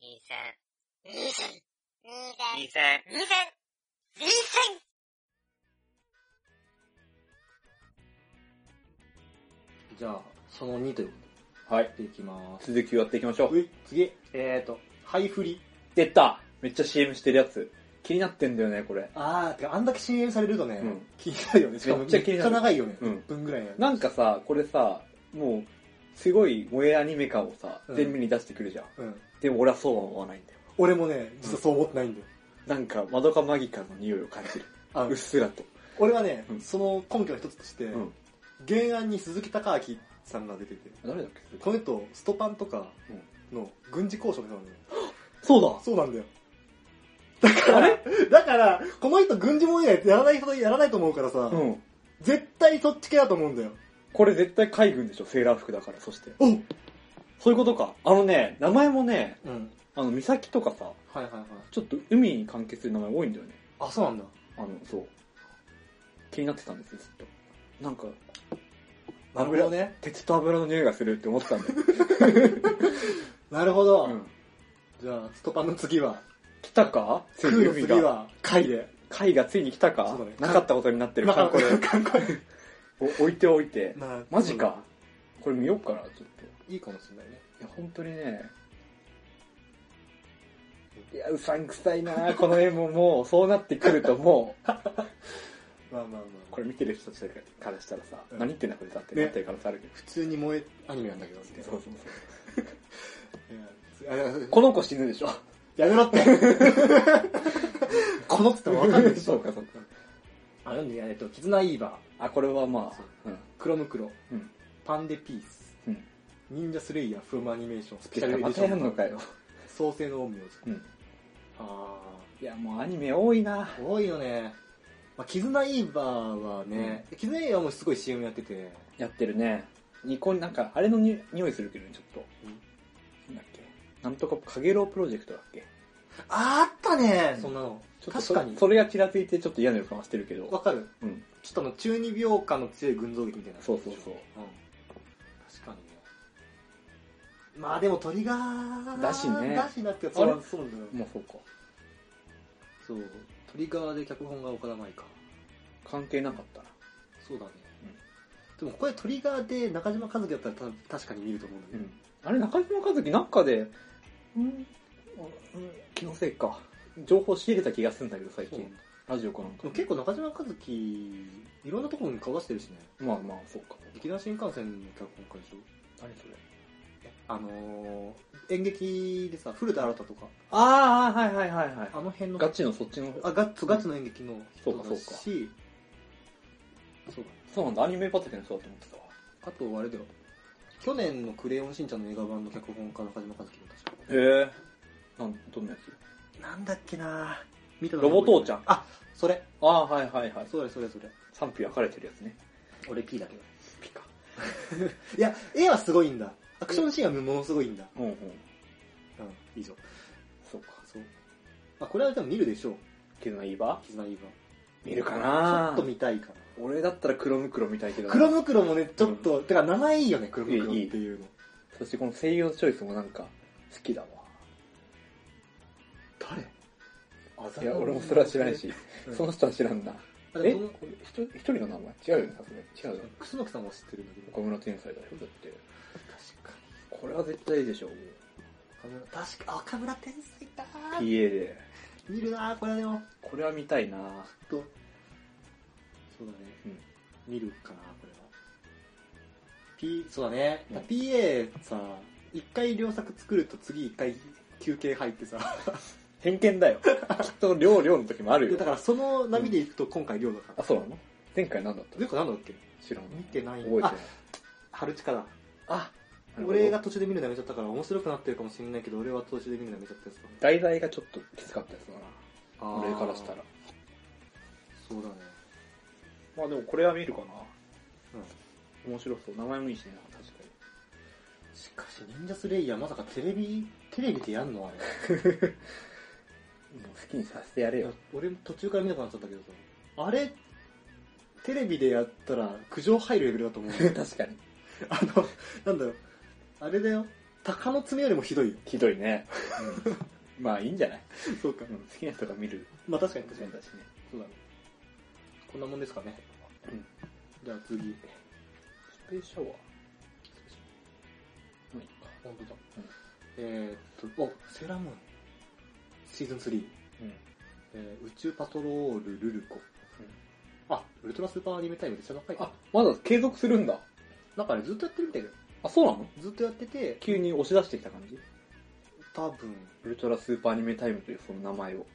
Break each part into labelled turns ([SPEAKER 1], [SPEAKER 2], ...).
[SPEAKER 1] 二千。二
[SPEAKER 2] 二千。二千。
[SPEAKER 1] 千。
[SPEAKER 2] 二千。二千。
[SPEAKER 3] じゃあ、その2というこ
[SPEAKER 4] はい
[SPEAKER 3] と。でいきまーす。
[SPEAKER 4] 続きをやっていきましょう。
[SPEAKER 3] い、次。えーと、ハイフリ。
[SPEAKER 4] 出ためっちゃ CM してるやつ。気になってんだよね、これ。
[SPEAKER 3] あー、てかあんだけ CM されるとね、
[SPEAKER 4] うん
[SPEAKER 3] 気になるよね。しかも
[SPEAKER 4] めっちゃ気になる
[SPEAKER 3] めっ長いよね。
[SPEAKER 4] うん
[SPEAKER 3] 1分ぐらいや
[SPEAKER 4] なんかさ、これさ、もう、すごい萌えアニメ感をさ
[SPEAKER 3] う、ん
[SPEAKER 4] 全面に出してくるじゃん。
[SPEAKER 3] うん。
[SPEAKER 4] でも俺はそうは思わないんだよ。
[SPEAKER 3] 俺もね、実はそう思ってないんだよ。
[SPEAKER 4] なんか、マドカマギカの匂いを感じる。
[SPEAKER 3] あ
[SPEAKER 4] うっすらと。
[SPEAKER 3] 俺はね、
[SPEAKER 4] うん
[SPEAKER 3] その根拠の一つとして、
[SPEAKER 4] うん。
[SPEAKER 3] 原案に鈴木孝明さんが出てて、
[SPEAKER 4] 誰だっけ
[SPEAKER 3] この人、ストパンとかの軍事交渉の人なんだよ。
[SPEAKER 4] そう
[SPEAKER 3] そうなんだよ。だから、だから、この人軍事問題やらない人やらないと思うからさ、
[SPEAKER 4] だうん。
[SPEAKER 3] 絶対そっち系だと思うんだよ。
[SPEAKER 4] これ絶対海軍でしょ、セーラー服だから、そして。
[SPEAKER 3] お
[SPEAKER 4] そういうことか。あのね、名前もね、
[SPEAKER 3] うん。
[SPEAKER 4] あの、岬とかさ、
[SPEAKER 3] はいはいはい。
[SPEAKER 4] ちょっと海に関係する名前多いんだよね。
[SPEAKER 3] あ、そうなんだ。
[SPEAKER 4] あの、そう。気になってたんですよ、ずっと。なんか、
[SPEAKER 3] なるほどね。
[SPEAKER 4] 鉄と油の匂いがするって思ってたんだ よ。
[SPEAKER 3] なるほど。
[SPEAKER 4] うん。
[SPEAKER 3] じゃあ、ストパンの次は、
[SPEAKER 4] 来たかつ
[SPEAKER 3] クー
[SPEAKER 4] いに
[SPEAKER 3] の
[SPEAKER 4] 海
[SPEAKER 3] 次
[SPEAKER 4] が。
[SPEAKER 3] は、貝で。
[SPEAKER 4] 海がついに来た
[SPEAKER 3] そ
[SPEAKER 4] か
[SPEAKER 3] うだね
[SPEAKER 4] なかったことになってる。観光で。
[SPEAKER 3] 観光で。
[SPEAKER 4] お置いておいて。
[SPEAKER 3] まあ
[SPEAKER 4] マジか。。これ見よっかな、ちょっと。
[SPEAKER 3] いいかもしれないね。
[SPEAKER 4] いや、本当にね。いや、うさんくさいなこの絵ももう、そうなってくるとも う、
[SPEAKER 3] まあまあまあ。
[SPEAKER 4] これ見てる人たちからしたらさ、
[SPEAKER 3] うん
[SPEAKER 4] 何言ってんだこれだって
[SPEAKER 3] ね
[SPEAKER 4] なってる可能性あるけど。
[SPEAKER 3] 普通に萌えアニメなんだけどって。
[SPEAKER 4] そうそうそう。
[SPEAKER 3] いやい
[SPEAKER 4] この子死ぬでしょ。
[SPEAKER 3] ややめろって。このっつってもわかんないでし
[SPEAKER 4] そ
[SPEAKER 3] ょ
[SPEAKER 4] う。かそうか。
[SPEAKER 3] あ、読んで、えっと、絆イーバー、
[SPEAKER 4] あ、これはま
[SPEAKER 3] そう
[SPEAKER 4] あ、うん。
[SPEAKER 3] クロムクロ、
[SPEAKER 4] うん
[SPEAKER 3] パンデピース、
[SPEAKER 4] うん
[SPEAKER 3] 忍者スレイヤー、フロムアニメーション、ス
[SPEAKER 4] てかまたやんのかよ。
[SPEAKER 3] 創世の陰陽師。
[SPEAKER 4] うん。
[SPEAKER 3] あ
[SPEAKER 4] いや、もうアニメ多いな
[SPEAKER 3] ー、多いよね。まあ、絆イーバーはね、絆イーバーもすごい CM やってて、
[SPEAKER 4] やってるね。ニコニ、なんか、あれのに匂いするけどね、ちょっと。なんだっけ。なんとか、かげろうプロジェクトだっけ。
[SPEAKER 3] あーあったね、
[SPEAKER 4] うん
[SPEAKER 3] そんなの。
[SPEAKER 4] ちょっと
[SPEAKER 3] 確
[SPEAKER 4] そ
[SPEAKER 3] かに。
[SPEAKER 4] それがちらついて、ちょっと嫌な予感はしてるけ
[SPEAKER 3] わ
[SPEAKER 4] ど。
[SPEAKER 3] かる
[SPEAKER 4] うん。
[SPEAKER 3] ちょっとあの中二病感の強い群像劇みたいな。
[SPEAKER 4] そうそうそう。
[SPEAKER 3] うん。確かにね。まあでも鳥が
[SPEAKER 4] だしね
[SPEAKER 3] だしなって
[SPEAKER 4] あれ
[SPEAKER 3] そうなんだよ。
[SPEAKER 4] もうそうか。
[SPEAKER 3] そう。鳥側で脚本が岡田舞か。
[SPEAKER 4] 関係なかったな。
[SPEAKER 3] そうだね。でもこれトリガーで中島和樹だったらた確かに見ると思うんだけ
[SPEAKER 4] う
[SPEAKER 3] ど、
[SPEAKER 4] ん。あれ、中島和樹なんかで、うん、あうん気のせいか。情報仕入れた気がするんだけど、最
[SPEAKER 3] そうなん
[SPEAKER 4] 近
[SPEAKER 3] だ。
[SPEAKER 4] ラジオかなんか
[SPEAKER 3] でも。結構中島和樹いろんなところに顔出してるしね
[SPEAKER 4] まあまあ、そうか。
[SPEAKER 3] 劇団新幹線の脚本家でしょ
[SPEAKER 4] 何それ。
[SPEAKER 3] あのー、演劇でさ古田新太とか
[SPEAKER 4] ああ、はいはいはいは
[SPEAKER 3] あの辺の
[SPEAKER 4] ガチのそっちの。
[SPEAKER 3] あガッツガッツの演劇の人だし
[SPEAKER 4] そうかそうか
[SPEAKER 3] そうだ
[SPEAKER 4] そうなんだ、アニメ畑の人だと思ってたわ。
[SPEAKER 3] あとあれだよ去年の「クレヨンしんちゃん」の映画版の脚本家中島和樹も確か
[SPEAKER 4] へえ。なん、どんなやつ
[SPEAKER 3] なんだっけなぁ見た
[SPEAKER 4] ロボ父ちゃん
[SPEAKER 3] あそれ
[SPEAKER 4] ああ、はいはいはい。
[SPEAKER 3] それそれそれ
[SPEAKER 4] 賛否分かれてるやつね。
[SPEAKER 3] 俺 P だけど
[SPEAKER 4] ピカ。
[SPEAKER 3] いや、絵はすごいんだ。アクションシーンはものすごいんだ。
[SPEAKER 4] うんうん。
[SPEAKER 3] うん、以上。
[SPEAKER 4] そうか。
[SPEAKER 3] そう。あ、これはでも見るでしょう。
[SPEAKER 4] キズナイーバ
[SPEAKER 3] 絆イーバ
[SPEAKER 4] ー見るか
[SPEAKER 3] ー。ちょ
[SPEAKER 4] な
[SPEAKER 3] っと見たいかな。
[SPEAKER 4] 俺だったら黒袋みたいけどな。
[SPEAKER 3] 黒袋もね、ちょっと、てか名前いいよね、黒袋って
[SPEAKER 4] いいいい
[SPEAKER 3] いうの。
[SPEAKER 4] そしてこの声優のチョイスもなんか、好きだわ。誰いや、俺もそれは知らないし、
[SPEAKER 3] うん。
[SPEAKER 4] その人は知らんな。
[SPEAKER 3] あで
[SPEAKER 4] え
[SPEAKER 3] もその
[SPEAKER 4] これ一人一人の名前違うよね、さすがに。違うよね。
[SPEAKER 3] 楠木さんは知ってるんだけど。
[SPEAKER 4] 岡村天才だよ、だって。
[SPEAKER 3] 確か
[SPEAKER 4] これは絶対いいでしょ、もう
[SPEAKER 3] に。岡村、確か、あ岡村天才か
[SPEAKER 4] PA で。
[SPEAKER 3] 見るなぁ、これはでも。
[SPEAKER 4] これは見たいな
[SPEAKER 3] ちょっと、そうだね。
[SPEAKER 4] うん
[SPEAKER 3] 見るかな、これは。P、そうだね。
[SPEAKER 4] うん
[SPEAKER 3] PA さ、一回良作作ると次一回休憩入ってさ。
[SPEAKER 4] 偏見だよ。きっと、量、量の時もある
[SPEAKER 3] で
[SPEAKER 4] よ
[SPEAKER 3] だ。からその波で行くと今回量だから。
[SPEAKER 4] あ、そうなの前回何だった
[SPEAKER 3] 前回なんだっけ
[SPEAKER 4] 知らん。
[SPEAKER 3] 見てない
[SPEAKER 4] 覚えてない。
[SPEAKER 3] 春近だ。
[SPEAKER 4] あ、
[SPEAKER 3] 俺が途中で見るのやめちゃったから面白くなってるかもしれないけど、俺は途中で見るのやめちゃったやつだね。
[SPEAKER 4] 題材がちょっときつかったやつだな。
[SPEAKER 3] あー
[SPEAKER 4] 俺からしたら。。
[SPEAKER 3] そうだね。
[SPEAKER 4] まあでもこれは見るかな。
[SPEAKER 3] うん。
[SPEAKER 4] 面白そう。名前もいいしね、確かに。
[SPEAKER 3] しかし、忍者スレイヤーまさかテレビ、テレビでやんのあれ。
[SPEAKER 4] もう好きにさせてやれ
[SPEAKER 3] いや。 俺も途中から見なくなっちゃったけどさあれテレビでや ったら苦情入るレベルだと思う
[SPEAKER 4] 確かに。
[SPEAKER 3] あのなんだろうあれだよ鷹の爪よりもひどいよ。
[SPEAKER 4] ひどい ね。まあいいんじゃない、
[SPEAKER 3] そうか
[SPEAKER 4] う。ん、好きな人が見る
[SPEAKER 3] まあ確かに確か
[SPEAKER 4] 選
[SPEAKER 3] に。
[SPEAKER 4] だしね。
[SPEAKER 3] そうだね。こんなもんですかね。
[SPEAKER 4] うん
[SPEAKER 3] じゃあ次。
[SPEAKER 4] スペースシャワー。まあいいか。
[SPEAKER 3] 本当だ。
[SPEAKER 4] うん
[SPEAKER 3] えーっと、お、セーラームーン。シーズン3。
[SPEAKER 4] うん。
[SPEAKER 3] えー、宇宙パトロールルルコ。あ、ウルトラスーパーアニメタイムでその回
[SPEAKER 4] あ
[SPEAKER 3] か。、
[SPEAKER 4] まだ継続するんだ。
[SPEAKER 3] なんかね、ずっとやってるみたいだよ。
[SPEAKER 4] あ、そうなの
[SPEAKER 3] ずっとやってて、
[SPEAKER 4] 急に押し出してきた感じ
[SPEAKER 3] 多分、
[SPEAKER 4] ウルトラスーパーアニメタイムというその名前を。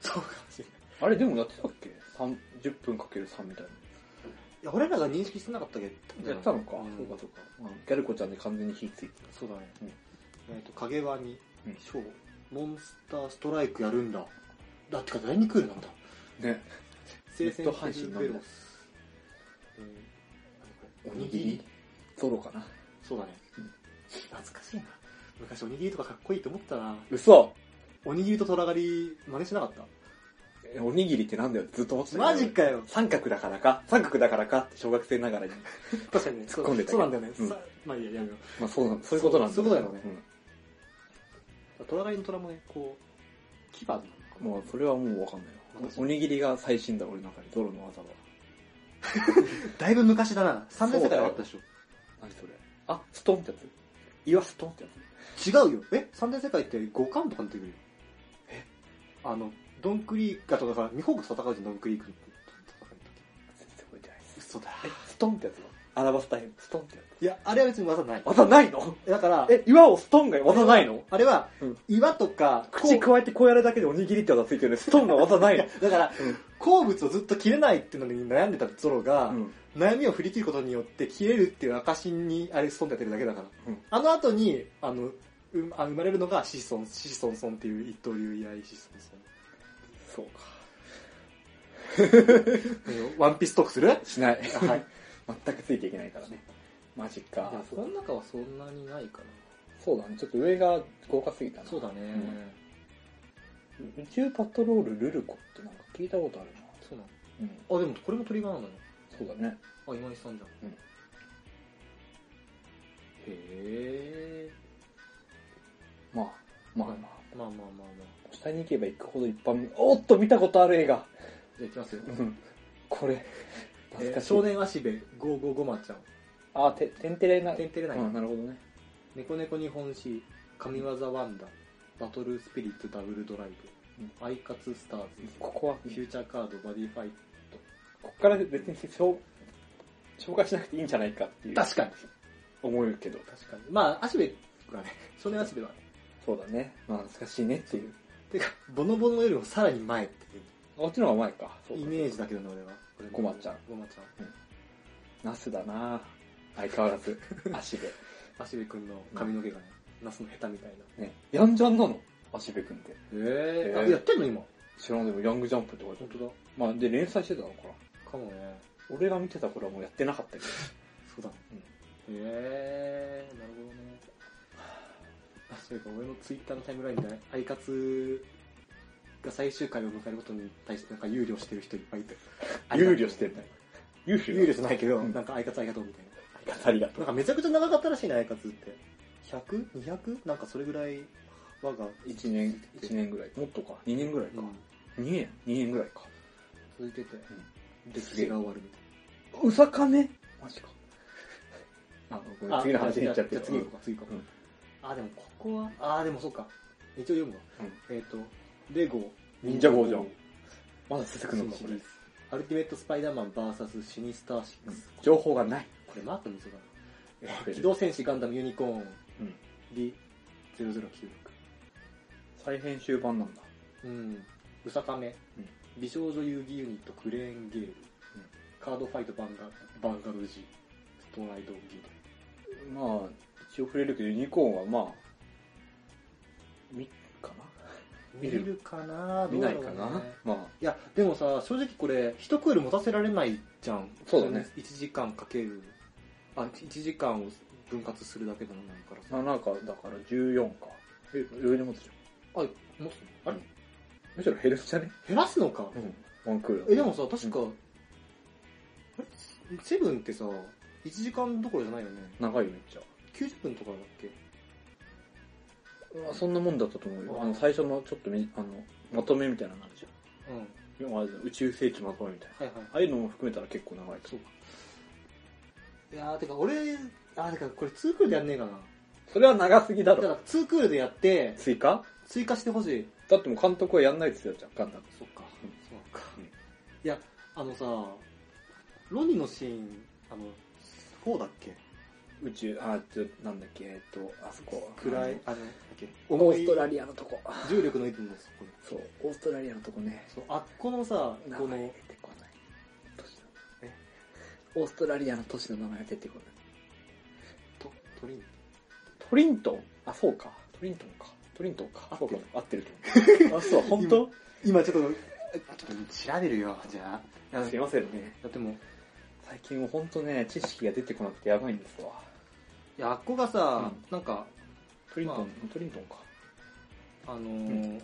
[SPEAKER 3] そうかもしれない。
[SPEAKER 4] あれでもやってたっけ三 ?10 分かける3みたい
[SPEAKER 3] いや、俺らが認識してなかったけ
[SPEAKER 4] な。
[SPEAKER 3] ど、
[SPEAKER 4] やったのか。
[SPEAKER 3] うん
[SPEAKER 4] そうかそうか。うんギャル子ちゃんで完全に火ついて
[SPEAKER 3] そうだね。
[SPEAKER 4] うん
[SPEAKER 3] えっ、と、影ワニ、
[SPEAKER 4] うん
[SPEAKER 3] ショー、モンスターストライクやるんだ。だってか、第2クールなんだ。
[SPEAKER 4] た。ね。
[SPEAKER 3] 聖戦
[SPEAKER 4] ネット配信なんだ
[SPEAKER 3] ベロス。えーあれこれおにぎり
[SPEAKER 4] ゾロかな。
[SPEAKER 3] そうだね
[SPEAKER 4] うん。
[SPEAKER 3] 懐かしいな。昔おにぎりとかかっこいいと思ったな。
[SPEAKER 4] 嘘
[SPEAKER 3] おにぎりと虎狩り、真似しなかった
[SPEAKER 4] えおにぎりってなんだよってずっと思ってたけど
[SPEAKER 3] マジかよ。
[SPEAKER 4] 三角だからか、三角だからかって小学生ながらに。
[SPEAKER 3] 確かにね、
[SPEAKER 4] 突っ込んでた
[SPEAKER 3] そうなんだよね。
[SPEAKER 4] うん
[SPEAKER 3] さまあいいや、やめよ
[SPEAKER 4] まあそうなの、そういうことなんだ
[SPEAKER 3] そうそういうことだよ
[SPEAKER 4] ね。
[SPEAKER 3] う。虎狩りの虎もね、こう、牙なのか
[SPEAKER 4] うん。もうそれはもうわかんないよ
[SPEAKER 3] 私。
[SPEAKER 4] おにぎりが最新だ、俺の中で。ゾロの技は。
[SPEAKER 3] だいぶ昔だな。3年生からあったでしょ。
[SPEAKER 4] 何それあ、ストンってやつ岩ストンってや
[SPEAKER 3] 違うよ。え三大世界って五巻とかの時よえあの、ドンクリークがとかさ、ミホークと戦うじゃん、ドンクリークと戦う
[SPEAKER 4] つ全然覚えてないです。
[SPEAKER 3] 時。嘘だ。
[SPEAKER 4] え、ストンってやつはアラバスタイム、ストンってや
[SPEAKER 3] いや、あれは別に技ない
[SPEAKER 4] つ。。技ないの
[SPEAKER 3] だから、
[SPEAKER 4] え、岩をストンが技ないの
[SPEAKER 3] あれは
[SPEAKER 4] うん、
[SPEAKER 3] 岩とか、
[SPEAKER 4] 口
[SPEAKER 3] こう
[SPEAKER 4] 加えてこうやるだけでおにぎりって技ついてるのにストンが技ないの
[SPEAKER 3] だから
[SPEAKER 4] うん、
[SPEAKER 3] 鉱物をずっと切れないっていうのに悩んでたゾロが
[SPEAKER 4] う、ん。
[SPEAKER 3] 悩みを振り切ることによって切れるっていう証に、あれ、ストンでやってるだけだから
[SPEAKER 4] うん。
[SPEAKER 3] あの後に、あの、うんあ生まれるのがシソン、シソンソンっていう一刀流居合シソ ンソ
[SPEAKER 4] そうか。
[SPEAKER 3] ン。ワンピーストークする
[SPEAKER 4] しない。
[SPEAKER 3] はい。
[SPEAKER 4] 全くついていけないからね。マジか
[SPEAKER 3] いや。この中はそんなにないか
[SPEAKER 4] そうだね。ちょっと上が豪華すぎた
[SPEAKER 3] な
[SPEAKER 4] な。
[SPEAKER 3] そうだね、
[SPEAKER 4] ん宇宙パトロールルルコってなんか聞いたことあるな。
[SPEAKER 3] そうなの
[SPEAKER 4] うん。
[SPEAKER 3] あでもこれもトリガーなのね
[SPEAKER 4] そうだね。
[SPEAKER 3] あ今井さんじゃん、
[SPEAKER 4] うん
[SPEAKER 3] へえ
[SPEAKER 4] まあ、まあま
[SPEAKER 3] まあまあまあまあ
[SPEAKER 4] あ。下に行けば行くほど一般見、おっと見たことある映画。
[SPEAKER 3] じゃあいきますよ、
[SPEAKER 4] うん。これ、
[SPEAKER 3] え
[SPEAKER 4] 懐
[SPEAKER 3] ー
[SPEAKER 4] かしい。
[SPEAKER 3] 少年足部555まちゃん
[SPEAKER 4] あ、て、てんてれな。
[SPEAKER 3] てんてれない、
[SPEAKER 4] うん、なるほどね。
[SPEAKER 3] 猫猫日本史神業ワンダバトルスピリットダブルドライ
[SPEAKER 4] うん
[SPEAKER 3] ブ、アイカツスターズ、
[SPEAKER 4] ここは、
[SPEAKER 3] フューチャーカードバディファイ
[SPEAKER 4] こっから別に紹紹介しなくていいんじゃないかっていう
[SPEAKER 3] トかに
[SPEAKER 4] 思うけど。
[SPEAKER 3] 確かにまあ足部がね少年足部はね
[SPEAKER 4] そうだね。まあ懐かしいねっていう。
[SPEAKER 3] てかボノボノよりもさらに前っていう
[SPEAKER 4] あっちの方が前か。そうか
[SPEAKER 3] イメージだけどね、俺は。
[SPEAKER 4] ごまちゃん。
[SPEAKER 3] ごまちゃん。
[SPEAKER 4] ナスだな相変わらず。足部。
[SPEAKER 3] 足部くんの髪の毛がね、ナスのヘタみたいな。
[SPEAKER 4] ね。ヤンジャンなの足部くんって。
[SPEAKER 3] え
[SPEAKER 4] ー
[SPEAKER 3] やってんの今。
[SPEAKER 4] 知らんでもヤングジャンプって書いてあ
[SPEAKER 3] 本
[SPEAKER 4] る。
[SPEAKER 3] 当だ。
[SPEAKER 4] まあで、連載してたのかな。
[SPEAKER 3] かもね。
[SPEAKER 4] 俺が見てた頃はもうやってなかったけど。
[SPEAKER 3] そうだね。へえー、なるほどね。あ、そういうか、俺のツイッターのタイムラインで、アイカツが最終回を迎えることに対してなんか憂慮してる人いっぱいいて。
[SPEAKER 4] 憂慮してんだよ。憂慮
[SPEAKER 3] 憂慮じゃないけど、
[SPEAKER 4] うん
[SPEAKER 3] なんかアイカツありがとうみたいな。
[SPEAKER 4] ありがと
[SPEAKER 3] なん
[SPEAKER 4] う。
[SPEAKER 3] かめちゃくちゃ長かったらしいね、アイカツって。100?200? なんかそれぐらい、我が、
[SPEAKER 4] 1年、一年ぐらい。もっとか。2年ぐらいか。2年 ?2 年ぐらいか。
[SPEAKER 3] 続いてて、歴
[SPEAKER 4] すげ
[SPEAKER 3] 史
[SPEAKER 4] え
[SPEAKER 3] が終わるみたいな。
[SPEAKER 4] うさかねマジか。あ、ごめん
[SPEAKER 3] あ
[SPEAKER 4] 次の話に行っちゃって
[SPEAKER 3] じゃあ次行こうか、次行こう。あ、でもここは、あ、でもそっか。一応読むわ。えっと、レゴ。
[SPEAKER 4] 忍者ゴージョンまだ続くのか、
[SPEAKER 3] シ
[SPEAKER 4] こ
[SPEAKER 3] リー
[SPEAKER 4] れ
[SPEAKER 3] ズ。アルティメットスパイダーマン VS シニスターシックス。
[SPEAKER 4] 情報がない。
[SPEAKER 3] これマークの嘘だな。え
[SPEAKER 4] マーク
[SPEAKER 3] ー機動戦士ガンダムユニコーン
[SPEAKER 4] うん。
[SPEAKER 3] D0096。
[SPEAKER 4] 再編集版なんだ。
[SPEAKER 3] うん。うさかめ
[SPEAKER 4] うん。
[SPEAKER 3] 美少女遊戯ユニットクレーンゲール。カードファイトバンガバンガルジ。ストライドギル
[SPEAKER 4] まあ、一応触れるけど、ユニコーンはまあ、見るか
[SPEAKER 3] ド。見
[SPEAKER 4] 見る
[SPEAKER 3] るかな
[SPEAKER 4] な見ないか
[SPEAKER 3] どうだろう
[SPEAKER 4] な
[SPEAKER 3] ね
[SPEAKER 4] ま
[SPEAKER 3] いや、でもさ、正直これ、一クール持たせられないじゃん。
[SPEAKER 4] そうだね。
[SPEAKER 3] 1時間かける、あ、1時間を分割するだけのものだから
[SPEAKER 4] あ、
[SPEAKER 3] さ。
[SPEAKER 4] なんか、だから14か。え、余裕に持つじゃん。
[SPEAKER 3] あ、持つのあれ
[SPEAKER 4] むしろ減るじゃね
[SPEAKER 3] 減らすのか。
[SPEAKER 4] ん。ワンクールだと
[SPEAKER 3] え、でもさ、確か、あれセブンってさ、1時間どころじゃないよね。
[SPEAKER 4] 長いよ、めっちゃ。
[SPEAKER 3] 90分とかだっけ
[SPEAKER 4] まあそんなもんだったと思うよ。あの、最初のちょっとみ、あの、まとめみたいなのあるじ
[SPEAKER 3] うん。はい
[SPEAKER 4] ゃん。要は宇宙世紀まとめみたい
[SPEAKER 3] は
[SPEAKER 4] な。
[SPEAKER 3] い。
[SPEAKER 4] ああいうのも含めたら結構長いと
[SPEAKER 3] そうか。いやー、てか俺、あー、てかこれ2クールでやんねえかな。
[SPEAKER 4] それは長すぎだ
[SPEAKER 3] だか
[SPEAKER 4] ろ
[SPEAKER 3] ら。2クールでやって、
[SPEAKER 4] 追加
[SPEAKER 3] 追加してほしい。
[SPEAKER 4] だってもう監督はやんないって言ってたじゃん、ガンダム。
[SPEAKER 3] そっか
[SPEAKER 4] うん
[SPEAKER 3] そうなんか。
[SPEAKER 4] うん
[SPEAKER 3] いや、あのさ、ロニのシーン、あの、4だっけ
[SPEAKER 4] 宇宙、あ、ちょ、なんだっけ、えっと、あそこ。
[SPEAKER 3] 暗
[SPEAKER 4] あの
[SPEAKER 3] い、。あの、だっけ
[SPEAKER 4] オ
[SPEAKER 3] 重
[SPEAKER 4] ース
[SPEAKER 3] い
[SPEAKER 4] トラリアのとこ。
[SPEAKER 3] 重力のいつもそこで。
[SPEAKER 4] そう、オーストラリアのとこね。
[SPEAKER 3] そう、あっこのさ、
[SPEAKER 4] 名
[SPEAKER 3] こ
[SPEAKER 4] 前
[SPEAKER 3] の
[SPEAKER 4] 出、てこない。都市のね。オーストラリアの都市の名前が出てこない。
[SPEAKER 3] と鳥に。
[SPEAKER 4] トリントンあ、そうか。トリントンか。トリントンか。
[SPEAKER 3] 合っ
[SPEAKER 4] そう
[SPEAKER 3] て
[SPEAKER 4] か
[SPEAKER 3] る。
[SPEAKER 4] 合ってると 思う。あ、そう、本当
[SPEAKER 3] 今ちょっと、ちょっと調べるよ、じゃあ。い
[SPEAKER 4] すいませんね。
[SPEAKER 3] や、でも、
[SPEAKER 4] 最近は本当ね、知識が出てこなくてやばいんですわ。
[SPEAKER 3] いや、あっこがさ、
[SPEAKER 4] うん
[SPEAKER 3] なんか、
[SPEAKER 4] トリントン、
[SPEAKER 3] ま
[SPEAKER 4] トリントンか。
[SPEAKER 3] あのー
[SPEAKER 4] ん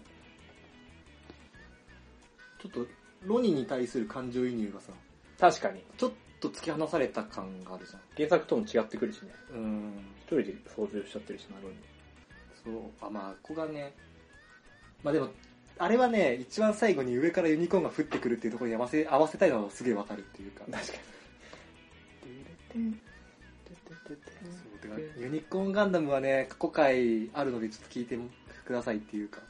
[SPEAKER 3] ちょっと、ロニに対する感情移入がさ、
[SPEAKER 4] 確かに。
[SPEAKER 3] ちょっと突き放された感があるじゃん。
[SPEAKER 4] 原作とも違ってくるしね。
[SPEAKER 3] うーん。
[SPEAKER 4] 一人で操縦しちゃってるしな、ロニー。
[SPEAKER 3] そう、あ、まあ、ここがね、まあでも、あれはね、一番最後に上からユニコーンが降ってくるっていうところに合わせ合わせたいのはすげえわかるっていうか。
[SPEAKER 4] 確か
[SPEAKER 3] そうてかユニコーンガンダムはね、過去回あるのでちょっと聞いてくださいっていうか、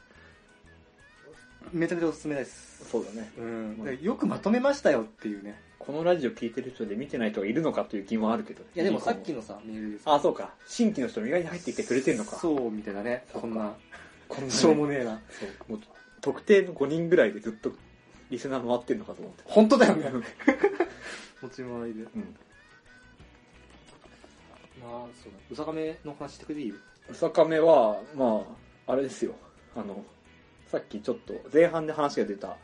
[SPEAKER 3] めちゃめちゃおすすめです。
[SPEAKER 4] そうだね。
[SPEAKER 3] うん。でよくまとめましたよっていうね。
[SPEAKER 4] このラジオ聞いてる人で見てない人がいるのかという疑問はあるけど。
[SPEAKER 3] いやでもさっき。のさ、メールでさ、
[SPEAKER 4] あ、そうか。新規の人も意外に入ってきてくれてるのか。う。
[SPEAKER 3] そうみたいなね、
[SPEAKER 4] そう
[SPEAKER 3] こ
[SPEAKER 4] か
[SPEAKER 3] んな、
[SPEAKER 4] こんなね
[SPEAKER 3] しょうもねえな。
[SPEAKER 4] そうもう特定の5人ぐらいでずっとリスナー回ってんのかと思って。
[SPEAKER 3] 本当だよね。 持ち回りで。
[SPEAKER 4] うん。
[SPEAKER 3] まあ、そうだ。うさがめの話してくれていいよ。
[SPEAKER 4] うさかめは、まあ、あれですよ。あの、さっきちょっと前半で話が出た、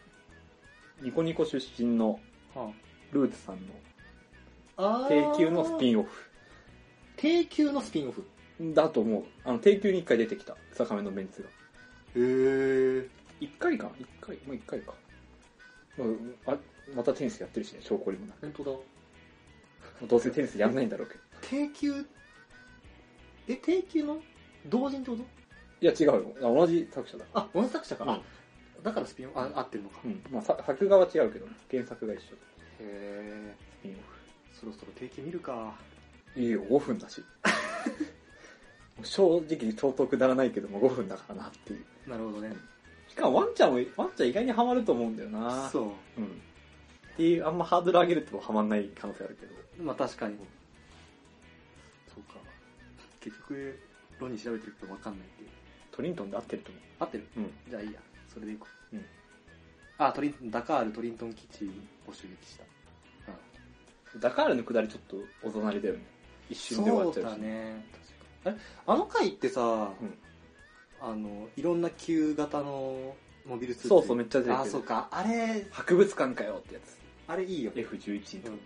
[SPEAKER 4] ニコニコ出身の
[SPEAKER 3] は
[SPEAKER 4] ルーツさんの
[SPEAKER 3] あ
[SPEAKER 4] 定休のスピ
[SPEAKER 3] ン。
[SPEAKER 4] ンオフ
[SPEAKER 3] 定休のスピンオフ。
[SPEAKER 4] だと思う。あの、定休に1回出てきた、うさかめのメンツが。
[SPEAKER 3] へー。
[SPEAKER 4] 1回かな ?1 回、もう1回か。まあ、あまたテニスやってるしね、証拠にもなる。
[SPEAKER 3] 本当だ。
[SPEAKER 4] どうせテニスやんないんだろうけど。
[SPEAKER 3] 定休、え、定休の同人ってこと
[SPEAKER 4] いや、違うよ。同じ作者だか
[SPEAKER 3] あ、同じ作者か。
[SPEAKER 4] ら。
[SPEAKER 3] あ、だからスピンオフ、あ、合ってるのか。
[SPEAKER 4] う
[SPEAKER 3] へ
[SPEAKER 4] ん。まあ、さ作画は違うけどね。原作が一緒。ス
[SPEAKER 3] え。
[SPEAKER 4] ピンオ
[SPEAKER 3] そろそろ定休見るか。
[SPEAKER 4] フ。いいよ、5分だし。もう正直相当くだらないけども5分だからなっていう。
[SPEAKER 3] なるほどね。
[SPEAKER 4] しかもワンちゃんも、ワンちゃん意外にハマると思うんだよな。。
[SPEAKER 3] そう
[SPEAKER 4] うん。っていう、あんまハードル上げるとハマんない可能性あるけど。
[SPEAKER 3] う。まあ確かに。そうか。結局、ロニー調べてるけどわかんないっていう。
[SPEAKER 4] トリントンで合ってると思
[SPEAKER 3] 合ってる
[SPEAKER 4] う。うん。
[SPEAKER 3] じゃあいいや。それでいこう。
[SPEAKER 4] うん。
[SPEAKER 3] あ、トリン、ダカールトリントン基地を襲撃した。うん。
[SPEAKER 4] ダカールの下りちょっとお隣だよね。一瞬で終わっち
[SPEAKER 3] そ
[SPEAKER 4] ゃうし。
[SPEAKER 3] うだね確かにあれあの回ってさ、
[SPEAKER 4] ん
[SPEAKER 3] あのいろんな旧型のモビルスーツ
[SPEAKER 4] そうそうめっちゃ出てる
[SPEAKER 3] あそうかあれ
[SPEAKER 4] 博物館かよってやつ。
[SPEAKER 3] あれいいよ、
[SPEAKER 4] F11 に
[SPEAKER 3] うん、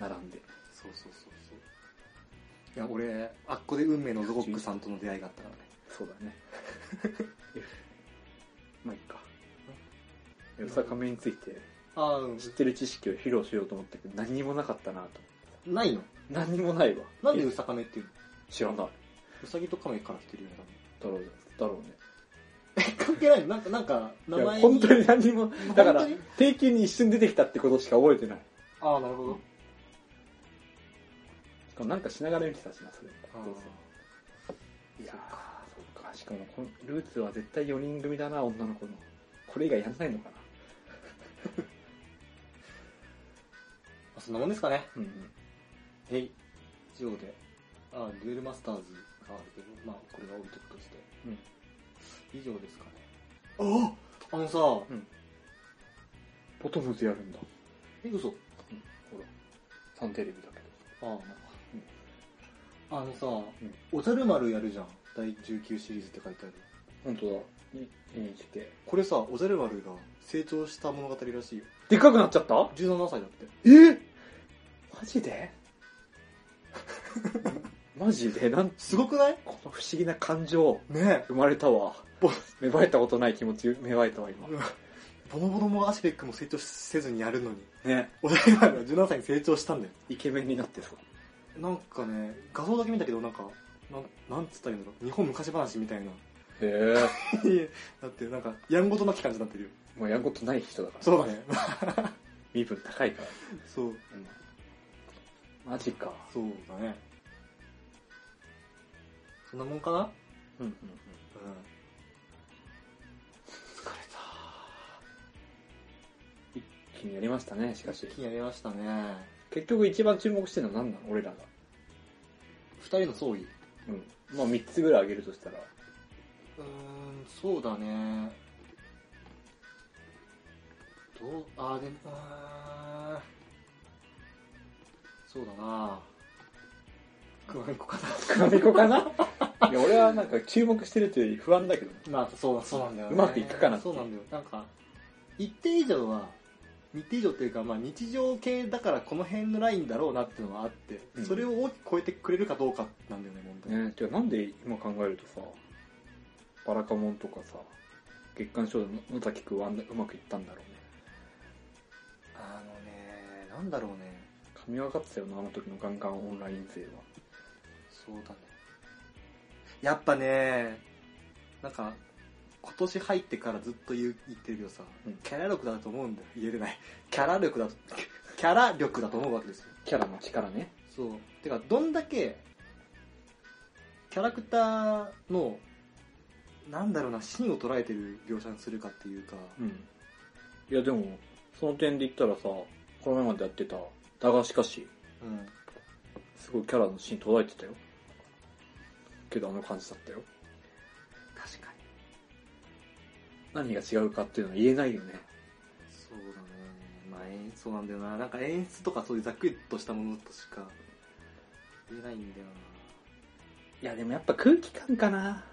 [SPEAKER 4] 並んで。
[SPEAKER 3] そうそうそうそういや俺あっこで運命のゾコックさんとの出会いがあったからね
[SPEAKER 4] そうだ ね。まあいいか。よさかめについて
[SPEAKER 3] あ
[SPEAKER 4] 知ってる知識を披露しようと思ったけど何にもなかったなと。
[SPEAKER 3] あないの
[SPEAKER 4] 何にもないわ。
[SPEAKER 3] なんで
[SPEAKER 4] え
[SPEAKER 3] ウサカメっていうの
[SPEAKER 4] 知らない。
[SPEAKER 3] ウサギとカメから来てるよね
[SPEAKER 4] だろうねだろうね。
[SPEAKER 3] 多分関係ないのなんかなんか名
[SPEAKER 4] い
[SPEAKER 3] 前
[SPEAKER 4] や本当に何にも、だから
[SPEAKER 3] 本当に、
[SPEAKER 4] 定休に一瞬出てきたってことしか覚えてない。
[SPEAKER 3] ああなるほど
[SPEAKER 4] しかもなんかしながら見てたしな、それ。
[SPEAKER 3] あー
[SPEAKER 4] どうせいやー、そうか。しかもこの、ルーツは絶対4人組だな、女の子の。これ以外やんないのかな。
[SPEAKER 3] あそんなもんですかね
[SPEAKER 4] うんうん。
[SPEAKER 3] へい。以上で。あ、デュエルマスターズがあるけど、まあ、これは置いとくとして。
[SPEAKER 4] うん
[SPEAKER 3] 以上ですかね。ああのさ、
[SPEAKER 4] ボトムズやるんだ。
[SPEAKER 3] え、嘘。
[SPEAKER 4] ほら。サンテレビだけ
[SPEAKER 3] あ
[SPEAKER 4] ど。
[SPEAKER 3] あ、まあ。あのさ、
[SPEAKER 4] ん
[SPEAKER 3] おじゃる丸やるじゃん。第19シリーズって書いてある。
[SPEAKER 4] 本当だ。に NHK。
[SPEAKER 3] これさ、おじゃる丸が成長した物語らしいよ。
[SPEAKER 4] でっかくなっちゃった
[SPEAKER 3] 17歳だって。
[SPEAKER 4] えマジで マジでなん、
[SPEAKER 3] すごくない
[SPEAKER 4] この不思議な感情、
[SPEAKER 3] ねえ。
[SPEAKER 4] 生まれたわ
[SPEAKER 3] ぼ。
[SPEAKER 4] 芽生えたことない気持ち、芽生えたわ、今。
[SPEAKER 3] ボノボノもアシベックも成長せずにやるのに、
[SPEAKER 4] ね。
[SPEAKER 3] おじゃる丸は17歳に成長したんだよ。
[SPEAKER 4] イケメンになってそう。
[SPEAKER 3] なんかね、画像だけ見たけど、なんか、なんなんつったらいいんだろう日本昔話みたいな
[SPEAKER 4] へえ。
[SPEAKER 3] だってなんかやんごとなき感じになってるよ
[SPEAKER 4] もうやることない人だから。
[SPEAKER 3] そうだね
[SPEAKER 4] 身分高いから。
[SPEAKER 3] そう
[SPEAKER 4] マジか。
[SPEAKER 3] そうだねそんなもんかなうん
[SPEAKER 4] うんうん
[SPEAKER 3] 疲れた
[SPEAKER 4] うん。気になりましたね、しかし
[SPEAKER 3] 一。気にやりましたね
[SPEAKER 4] 結局一番注目してるのは何なの俺らが。
[SPEAKER 3] 二人の総意
[SPEAKER 4] うん。まあ3つぐらい挙げるとしたら。
[SPEAKER 3] うーん、そうだね。どう、あー、でも、あーそうだな。熊猫か
[SPEAKER 4] 熊猫かな いや、俺はなんか注目してるというより不安だけど。
[SPEAKER 3] な。まあ、そうだ、そうなんだよ、ね。
[SPEAKER 4] うまくいくかなって
[SPEAKER 3] そうなんだよ。なんか、一定以上は、一定以上っていうか、まあ、日常系だからこの辺のラインだろうなっていうのはあって、
[SPEAKER 4] うん
[SPEAKER 3] それを大きく超えてくれるかどうかなんだよね、問題。
[SPEAKER 4] ねてかなんで今考えるとさ、バラカモンとかさ、月刊少女の野崎くんはあんなうまくいったんだろうね。
[SPEAKER 3] あのね、なんだろうね。
[SPEAKER 4] 神分かってたよな、あの時のガンガンオンライン勢は。
[SPEAKER 3] そうだね。やっぱね、なんか、今年入ってからずっと言う言ってるけどさ、
[SPEAKER 4] うん
[SPEAKER 3] キャラ力だと思うんだよ。言えてない。キャラ力だと、キャラ力だと思うわけですよ。
[SPEAKER 4] キャラの力ね。
[SPEAKER 3] そう。てか、どんだけ、キャラクターの、なんだろうな、芯を捉えてる描写にするかっていうか、
[SPEAKER 4] うん。いや、でも、その点で言ったらさ、この前までやってた、だがしかし、
[SPEAKER 3] うん。
[SPEAKER 4] すごいキャラのシーン届いてたよ。けどあの感じだったよ。
[SPEAKER 3] 確かに。
[SPEAKER 4] 何が違うかっていうのは言えないよね。
[SPEAKER 3] そうだね。まあ、演そうなんだよな。なんか演出とかそういうざっくりとしたものとしか言えないんだよ
[SPEAKER 4] いや、でもやっぱ空気感かな。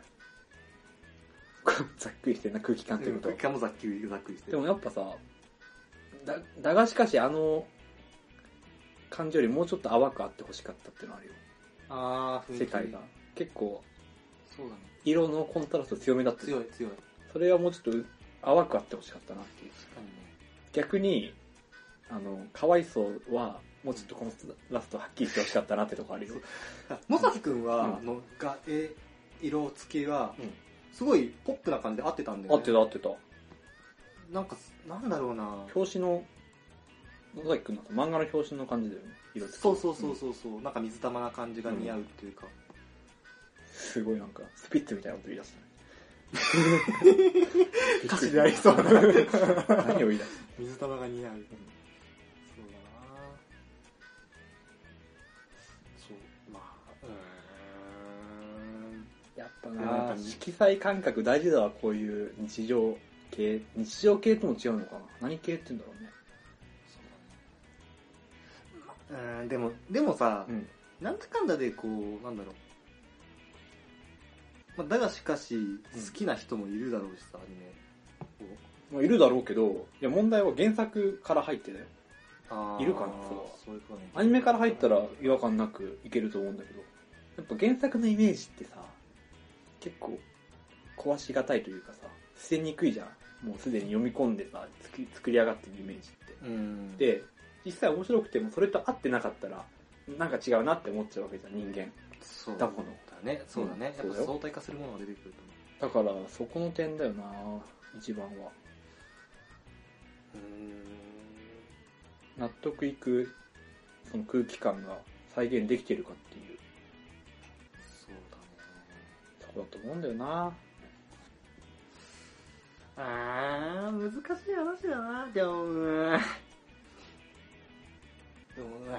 [SPEAKER 4] こうざっくりしてんな、空気感
[SPEAKER 3] な。
[SPEAKER 4] ってこと。
[SPEAKER 3] かもざっくり、ざっくりして
[SPEAKER 4] で
[SPEAKER 3] る。
[SPEAKER 4] もやっぱさ、だ、だがしかしあの、感じよりもうちょっと淡くあってほしかったっていうのはあるよ。
[SPEAKER 3] あー、雰囲気
[SPEAKER 4] 世界が。。結構、
[SPEAKER 3] そうだね。
[SPEAKER 4] 色のコントラスト強めだったじゃん
[SPEAKER 3] 強い強い。
[SPEAKER 4] それはもうちょっとう淡くあってほしかったなっていう。
[SPEAKER 3] 確かにね。
[SPEAKER 4] 逆に、あの、かわいそうは、もうちょっとこのラストはっきりしてほしかったなってとこあるよ。
[SPEAKER 3] あ野崎くんは、
[SPEAKER 4] う
[SPEAKER 3] の、が、え、色付けが
[SPEAKER 4] うん、
[SPEAKER 3] すごいポップな感じで合ってたんだ
[SPEAKER 4] 合
[SPEAKER 3] よね。
[SPEAKER 4] ってた合ってた。
[SPEAKER 3] なんか、なんだろうな。
[SPEAKER 4] 表紙の、野崎くんの漫画の表紙の感じだよね。色付き。
[SPEAKER 3] そうそうそ
[SPEAKER 4] ん
[SPEAKER 3] うそうそう。なんか水玉な感じが似合うっていうか。
[SPEAKER 4] すごいなんか、スピッツみたいなこと言い出したね。
[SPEAKER 3] 歌詞でありそうな
[SPEAKER 4] 何を言い出し
[SPEAKER 3] 水玉が似合う。そうだなそう、まあ、う
[SPEAKER 4] たやっぱ
[SPEAKER 3] やっぱ
[SPEAKER 4] な
[SPEAKER 3] り
[SPEAKER 4] 色彩感覚大事だわ、こういう日常系。日常系とも違うのかな何系って言うんだろう
[SPEAKER 3] ーん。そう
[SPEAKER 4] ね。
[SPEAKER 3] だね。うん、でも、でもさ、
[SPEAKER 4] ん。
[SPEAKER 3] なんだかんだでこう、なんだろう。まあ、だがしかし、好きな人もいるだろうしさ、アニメを。
[SPEAKER 4] まあ、いるだろうけど、いや問題は原作から入ってだよ。
[SPEAKER 3] あ
[SPEAKER 4] ーいるかな
[SPEAKER 3] そ
[SPEAKER 4] そ
[SPEAKER 3] う
[SPEAKER 4] れは
[SPEAKER 3] そういうことね。
[SPEAKER 4] アニメから入ったら違和感なくいけると思うんだけど、やっぱ原作のイメージってさ、結構壊しがたいというかさ、捨てにくいじゃん。もうすでに読み込んでさ、作り作り上がってるイメージって。
[SPEAKER 3] うん。、
[SPEAKER 4] で、実際面白くてもそれと合ってなかったら、なんか違うなって思っちゃうわけじゃん、人間。
[SPEAKER 3] そう
[SPEAKER 4] だ
[SPEAKER 3] だ
[SPEAKER 4] もの。
[SPEAKER 3] ね。そうだね。
[SPEAKER 4] う
[SPEAKER 3] や
[SPEAKER 4] ん
[SPEAKER 3] っ
[SPEAKER 4] そう
[SPEAKER 3] ぱ
[SPEAKER 4] だよ
[SPEAKER 3] 相対化するものが出てくると思う。
[SPEAKER 4] だから、そこの点だよな一番は。
[SPEAKER 3] うーん
[SPEAKER 4] 納得いく、その空気感が再現できてるかっていう、
[SPEAKER 3] そうだね。
[SPEAKER 4] そこだと思うんだよな
[SPEAKER 3] あー、難しい話だな、でも、うーんでも、うーん
[SPEAKER 4] い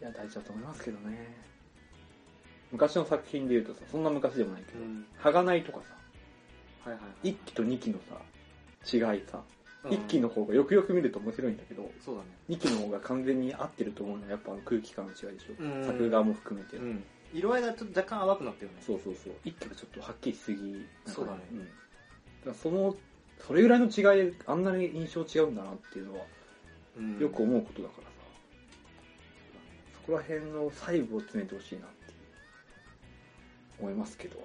[SPEAKER 4] や、大事だと思いますけどね。昔の作品で言うとさ、そんな昔でもないけど、
[SPEAKER 3] うん
[SPEAKER 4] 鋼とかさ、
[SPEAKER 3] はいはい。
[SPEAKER 4] 1期と2期のさ、違いさ、
[SPEAKER 3] 一
[SPEAKER 4] 1期の。方がよくよく見ると面白いんだけど、
[SPEAKER 3] そうだね。
[SPEAKER 4] 2期の方が完全に合ってると思うのはやっぱあの空気感の違いでしょ。
[SPEAKER 3] うん
[SPEAKER 4] 作画も含めて。
[SPEAKER 3] うん。色合いがちょっと若干淡くなったよね。
[SPEAKER 4] そうそうそう。一気がちょっとはっきりしすぎなんか、
[SPEAKER 3] そうだね
[SPEAKER 4] ん。だからその、それぐらいの違いであんなに印象違うんだなっていうのは、
[SPEAKER 3] うん
[SPEAKER 4] よく思うことだからさ、
[SPEAKER 3] そうだね
[SPEAKER 4] そこら辺の細部を詰めてほしいなっていう、思いますけど。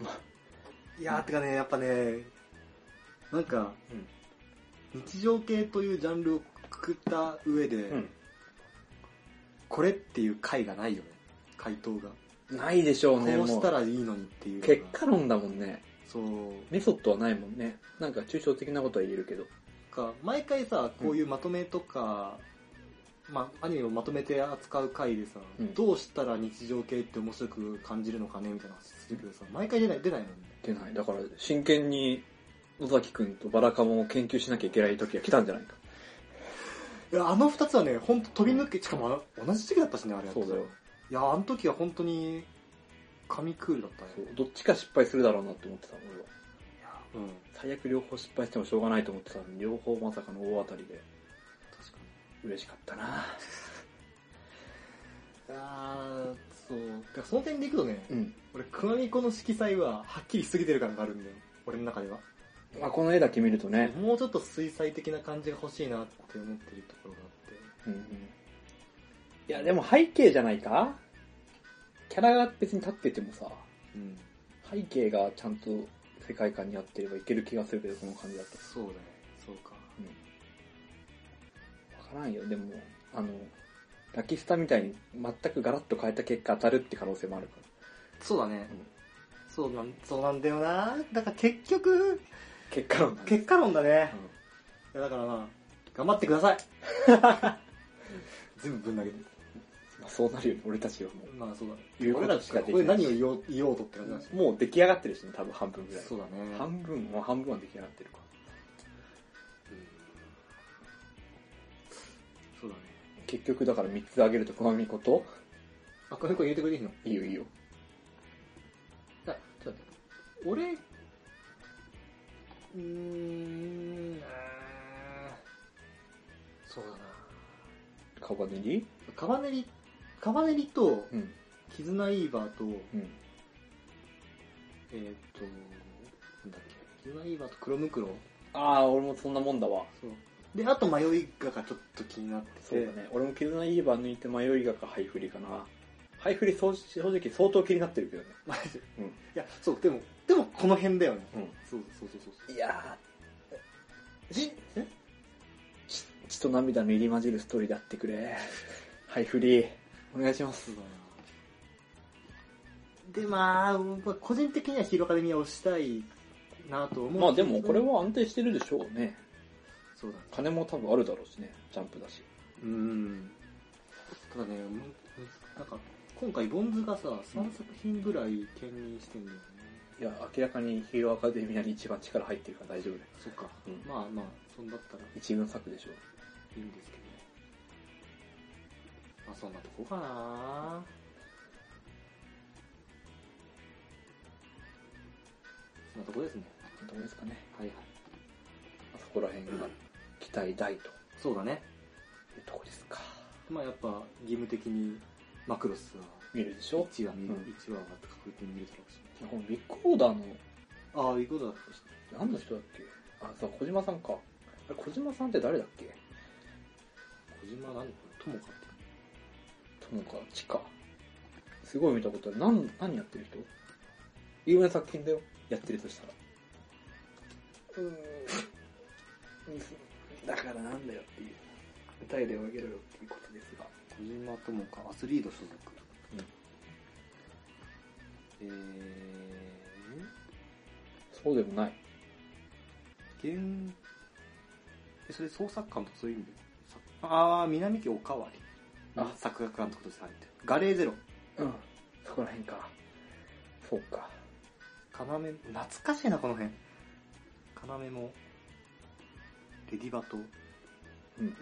[SPEAKER 4] まあ、
[SPEAKER 3] いやー、てかね、やっぱね、なんか、
[SPEAKER 4] うん
[SPEAKER 3] 日常系というジャンルをくくった上で、
[SPEAKER 4] うん。
[SPEAKER 3] これっていう回がないよね。回答が。
[SPEAKER 4] ないでしょうね、
[SPEAKER 3] こ
[SPEAKER 4] も
[SPEAKER 3] うした
[SPEAKER 4] う。
[SPEAKER 3] らいいのにっていうような
[SPEAKER 4] 結果論だもんね。
[SPEAKER 3] そう
[SPEAKER 4] メソッドはないもんね。なんか抽象的なことは言えるけど。
[SPEAKER 3] か毎回さこういうまとめとか、まあ、アニメをまとめて扱う回でさ、
[SPEAKER 4] うん
[SPEAKER 3] どうしたら日常系って面白く感じるのかねみたいな話するけどさ毎回出ない出ないもんね
[SPEAKER 4] 出ない。だから、真剣に野崎くんとバラカモを研究しなきゃいけない時が来たんじゃないか。
[SPEAKER 3] いやあの2つはね本当飛び抜けしかもあの同じ時期だったしねあれやって
[SPEAKER 4] そ
[SPEAKER 3] た
[SPEAKER 4] うだよ。
[SPEAKER 3] いやあの時は本当に神クールだったね
[SPEAKER 4] そうどっちか失敗するだろうなって思ってたの、俺は。
[SPEAKER 3] うん
[SPEAKER 4] 最悪両方失敗してもしょうがないと思ってたのに、両方まさかの大当たりで、
[SPEAKER 3] 確か
[SPEAKER 4] 嬉しかったな
[SPEAKER 3] にああそうだからその点でいくとね、
[SPEAKER 4] うん。
[SPEAKER 3] 俺熊みこの色彩ははっきりしすぎてる感があるんだよ俺の中では
[SPEAKER 4] まあ、この絵だけ見るとね、
[SPEAKER 3] もうちょっと水彩的な感じが欲しいなって思ってるところがあって
[SPEAKER 4] うんうん。いや、でも背景じゃないかキャラが別に立っててもさ、
[SPEAKER 3] うん
[SPEAKER 4] 背景がちゃんと世界観に合ってればいける気がするけど、この感じだと。
[SPEAKER 3] そうだねそうか
[SPEAKER 4] わからんよ、でも、あの、ラキスタみたいに全くガラッと変えた結果当たるって可能性もあるか
[SPEAKER 3] そうだね
[SPEAKER 4] ら。、うん
[SPEAKER 3] そうなんそうなんだよなだから結局
[SPEAKER 4] 結果論なんだ
[SPEAKER 3] 結果論だね
[SPEAKER 4] う、ん
[SPEAKER 3] いやだからまあ頑張ってください 全部ぶん投げて
[SPEAKER 4] まあ、そうなるよね、俺たちはも
[SPEAKER 3] まあそうだね
[SPEAKER 4] 言うこ
[SPEAKER 3] 俺
[SPEAKER 4] と
[SPEAKER 3] ら
[SPEAKER 4] しかできない
[SPEAKER 3] ここで何を言おう言おうとって感じだし
[SPEAKER 4] う。もう出来上がってるしね、多分半分ぐらい。
[SPEAKER 3] そうだね
[SPEAKER 4] 半分、もう半分は出来上がってるか。
[SPEAKER 3] うんそうだね
[SPEAKER 4] 結局だから3つあげると熊みこと、
[SPEAKER 3] あこの子入れてくれていいの
[SPEAKER 4] いいよいいよ。
[SPEAKER 3] あ、ちょっと待って。俺、うーん、あーそうだな。
[SPEAKER 4] カバネリ
[SPEAKER 3] カバネリ、カバネリと、
[SPEAKER 4] うん。
[SPEAKER 3] キズナイーバーと、
[SPEAKER 4] うん。
[SPEAKER 3] えーっと、なんだっけ、キズナイーバーとクロムクロ。
[SPEAKER 4] ああ、俺もそんなもんだわ。
[SPEAKER 3] そう。で、あと迷いががちょっと気になって
[SPEAKER 4] そう
[SPEAKER 3] て
[SPEAKER 4] だ、ね。俺も絆ナイーバー抜いて迷いがかハイフリかな。ハイフリそう正直相当気になってるけどね。
[SPEAKER 3] マジで。
[SPEAKER 4] うん
[SPEAKER 3] いや、そう、でも、でもこの辺だよね。
[SPEAKER 4] うん。
[SPEAKER 3] そうそうそうそうそう。
[SPEAKER 4] いや
[SPEAKER 3] じえ
[SPEAKER 4] 血血と涙の入り混じるストーリーであってくれ。ハイフリー、お願いしま
[SPEAKER 3] そ
[SPEAKER 4] す
[SPEAKER 3] う。だな。で、まあ、僕は個人的にはヒーローアカデミアをしたいなと思う。
[SPEAKER 4] まあでもこれ。は安定してるでしょうね。
[SPEAKER 3] そうだね。
[SPEAKER 4] 金も多分あるだろうしね。ジャンプだし。
[SPEAKER 3] うん。ただね、むなんか、今回ボンズがさ、3作品ぐらい兼任してんだよね。
[SPEAKER 4] いや、明らかにヒーローアカデミアに一番力入ってるから大丈夫だよ。
[SPEAKER 3] そっか。
[SPEAKER 4] うん
[SPEAKER 3] まあまあ、そんだったらい
[SPEAKER 4] 一軍作でしょ。
[SPEAKER 3] いんですけどね。まあそんなとこかなそんなとこですね。
[SPEAKER 4] どうですかね。
[SPEAKER 3] はいはい。
[SPEAKER 4] あそこら辺が期待大と
[SPEAKER 3] そうだね。
[SPEAKER 4] いうとこですか。
[SPEAKER 3] まあやっぱ義務的にマクロスは
[SPEAKER 4] 見るでしょ
[SPEAKER 3] 1話見る、
[SPEAKER 4] うん
[SPEAKER 3] 一話は確実に見るだろうしね。
[SPEAKER 4] このビッグオーダーの
[SPEAKER 3] ああ、いうことだ。
[SPEAKER 4] 何の人だっけあ、そう、小島さんか。あれ、小島さんって誰だっけ
[SPEAKER 3] 小島何友かって。
[SPEAKER 4] 友か、ちか。すごい見たことある。なん、何やってる人有名な作品だよ。やってるとしたら。うーん。だからなんだよっていう。歌いで泳げろよっていうことですが。
[SPEAKER 3] 小島友か、アスリート所属。
[SPEAKER 4] うん
[SPEAKER 3] え
[SPEAKER 4] そうでもない。
[SPEAKER 3] ー、現、えそれ創作官とかそういう意味でさああ、南家おかわり。
[SPEAKER 4] あ
[SPEAKER 3] あ、作画監督として入ってる。ガレーゼロ。
[SPEAKER 4] うん。そこら辺か。そうか。
[SPEAKER 3] 要、懐かしいな、この辺。要も、レディバと。
[SPEAKER 4] うんうん。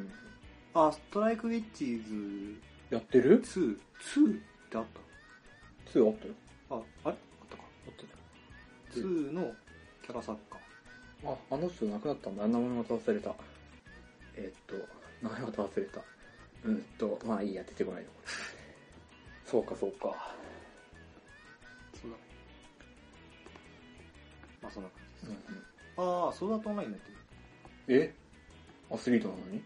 [SPEAKER 3] あ、ストライクウィッチーズ
[SPEAKER 4] やってる
[SPEAKER 3] 2、2ってあっ
[SPEAKER 4] ?2 あったよ。
[SPEAKER 3] たあ、あれあったか。
[SPEAKER 4] あったね。うん
[SPEAKER 3] 2のキャラ作家。
[SPEAKER 4] あ、あの人亡くなったんだ。名前また忘れた。えーっと、名前また忘れた。うーんと、まあいいや、出てこないよ。そうか、そうか。
[SPEAKER 3] そうだね。まあそんな感じ
[SPEAKER 4] う
[SPEAKER 3] で
[SPEAKER 4] んう
[SPEAKER 3] す。
[SPEAKER 4] ん、
[SPEAKER 3] ああ、ソードアートオンラインだってる。
[SPEAKER 4] えアスリートなのに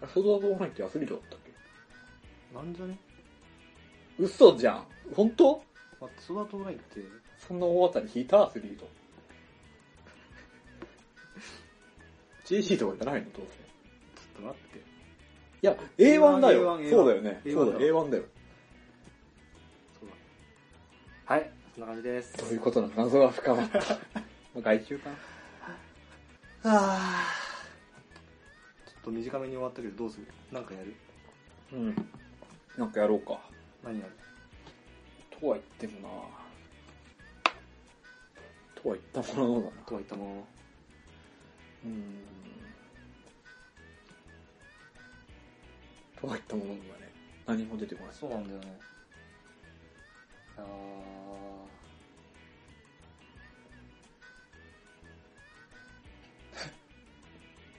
[SPEAKER 4] あれソードアートオンラインってアスリートだったっけ
[SPEAKER 3] なんじゃね
[SPEAKER 4] 嘘じゃん本当
[SPEAKER 3] まあ、ソードアートオンラインって、
[SPEAKER 4] そんな大当たり引いたアスリート。GC とかじゃないのど
[SPEAKER 3] ち
[SPEAKER 4] うせ。
[SPEAKER 3] ょっと待って。
[SPEAKER 4] いや、A1 だ
[SPEAKER 3] A1
[SPEAKER 4] よ。
[SPEAKER 3] A1
[SPEAKER 4] そうだよね。
[SPEAKER 3] A1
[SPEAKER 4] そうだよ、A1 だよ。
[SPEAKER 3] そうだね。んな感じです。
[SPEAKER 4] どういうことなの謎が深ま った。まあ外周かな
[SPEAKER 3] あちょっと短めに終わったけどどうするなんかやる
[SPEAKER 4] うん。なんかやろうか。
[SPEAKER 3] 何やる
[SPEAKER 4] とは言ってもなとは言ったもののだな。
[SPEAKER 3] とは言ったものの
[SPEAKER 4] うん。とは言ったもののだね。何も出てこない。
[SPEAKER 3] そうなんだよね。あー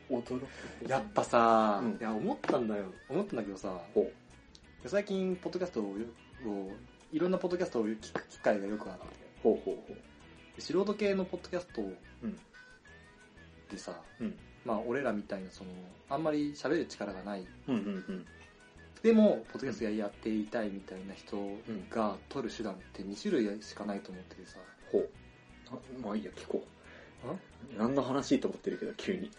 [SPEAKER 4] 驚く。
[SPEAKER 3] やっぱさ、
[SPEAKER 4] うん
[SPEAKER 3] いや、思ったんだよ。思ったんだけどさ、
[SPEAKER 4] こう。
[SPEAKER 3] 最近、ポッドキャストを、をいろんなポッドキャストを聞く機会がよくあって、
[SPEAKER 4] ほうほうほ
[SPEAKER 3] 素人系のポッドキャスト
[SPEAKER 4] う。うん。
[SPEAKER 3] でさ、
[SPEAKER 4] うん。
[SPEAKER 3] まあ、俺らみたいな、その、あんまり喋る力がない。
[SPEAKER 4] うんうん
[SPEAKER 3] でも、ポッドキャストややっていたいみたいな人
[SPEAKER 4] うん。
[SPEAKER 3] が取る手段って2種類しかないと思っててさ、
[SPEAKER 4] ほう。あまあいいや、聞こう。何の話と思ってるけど、急に。
[SPEAKER 3] い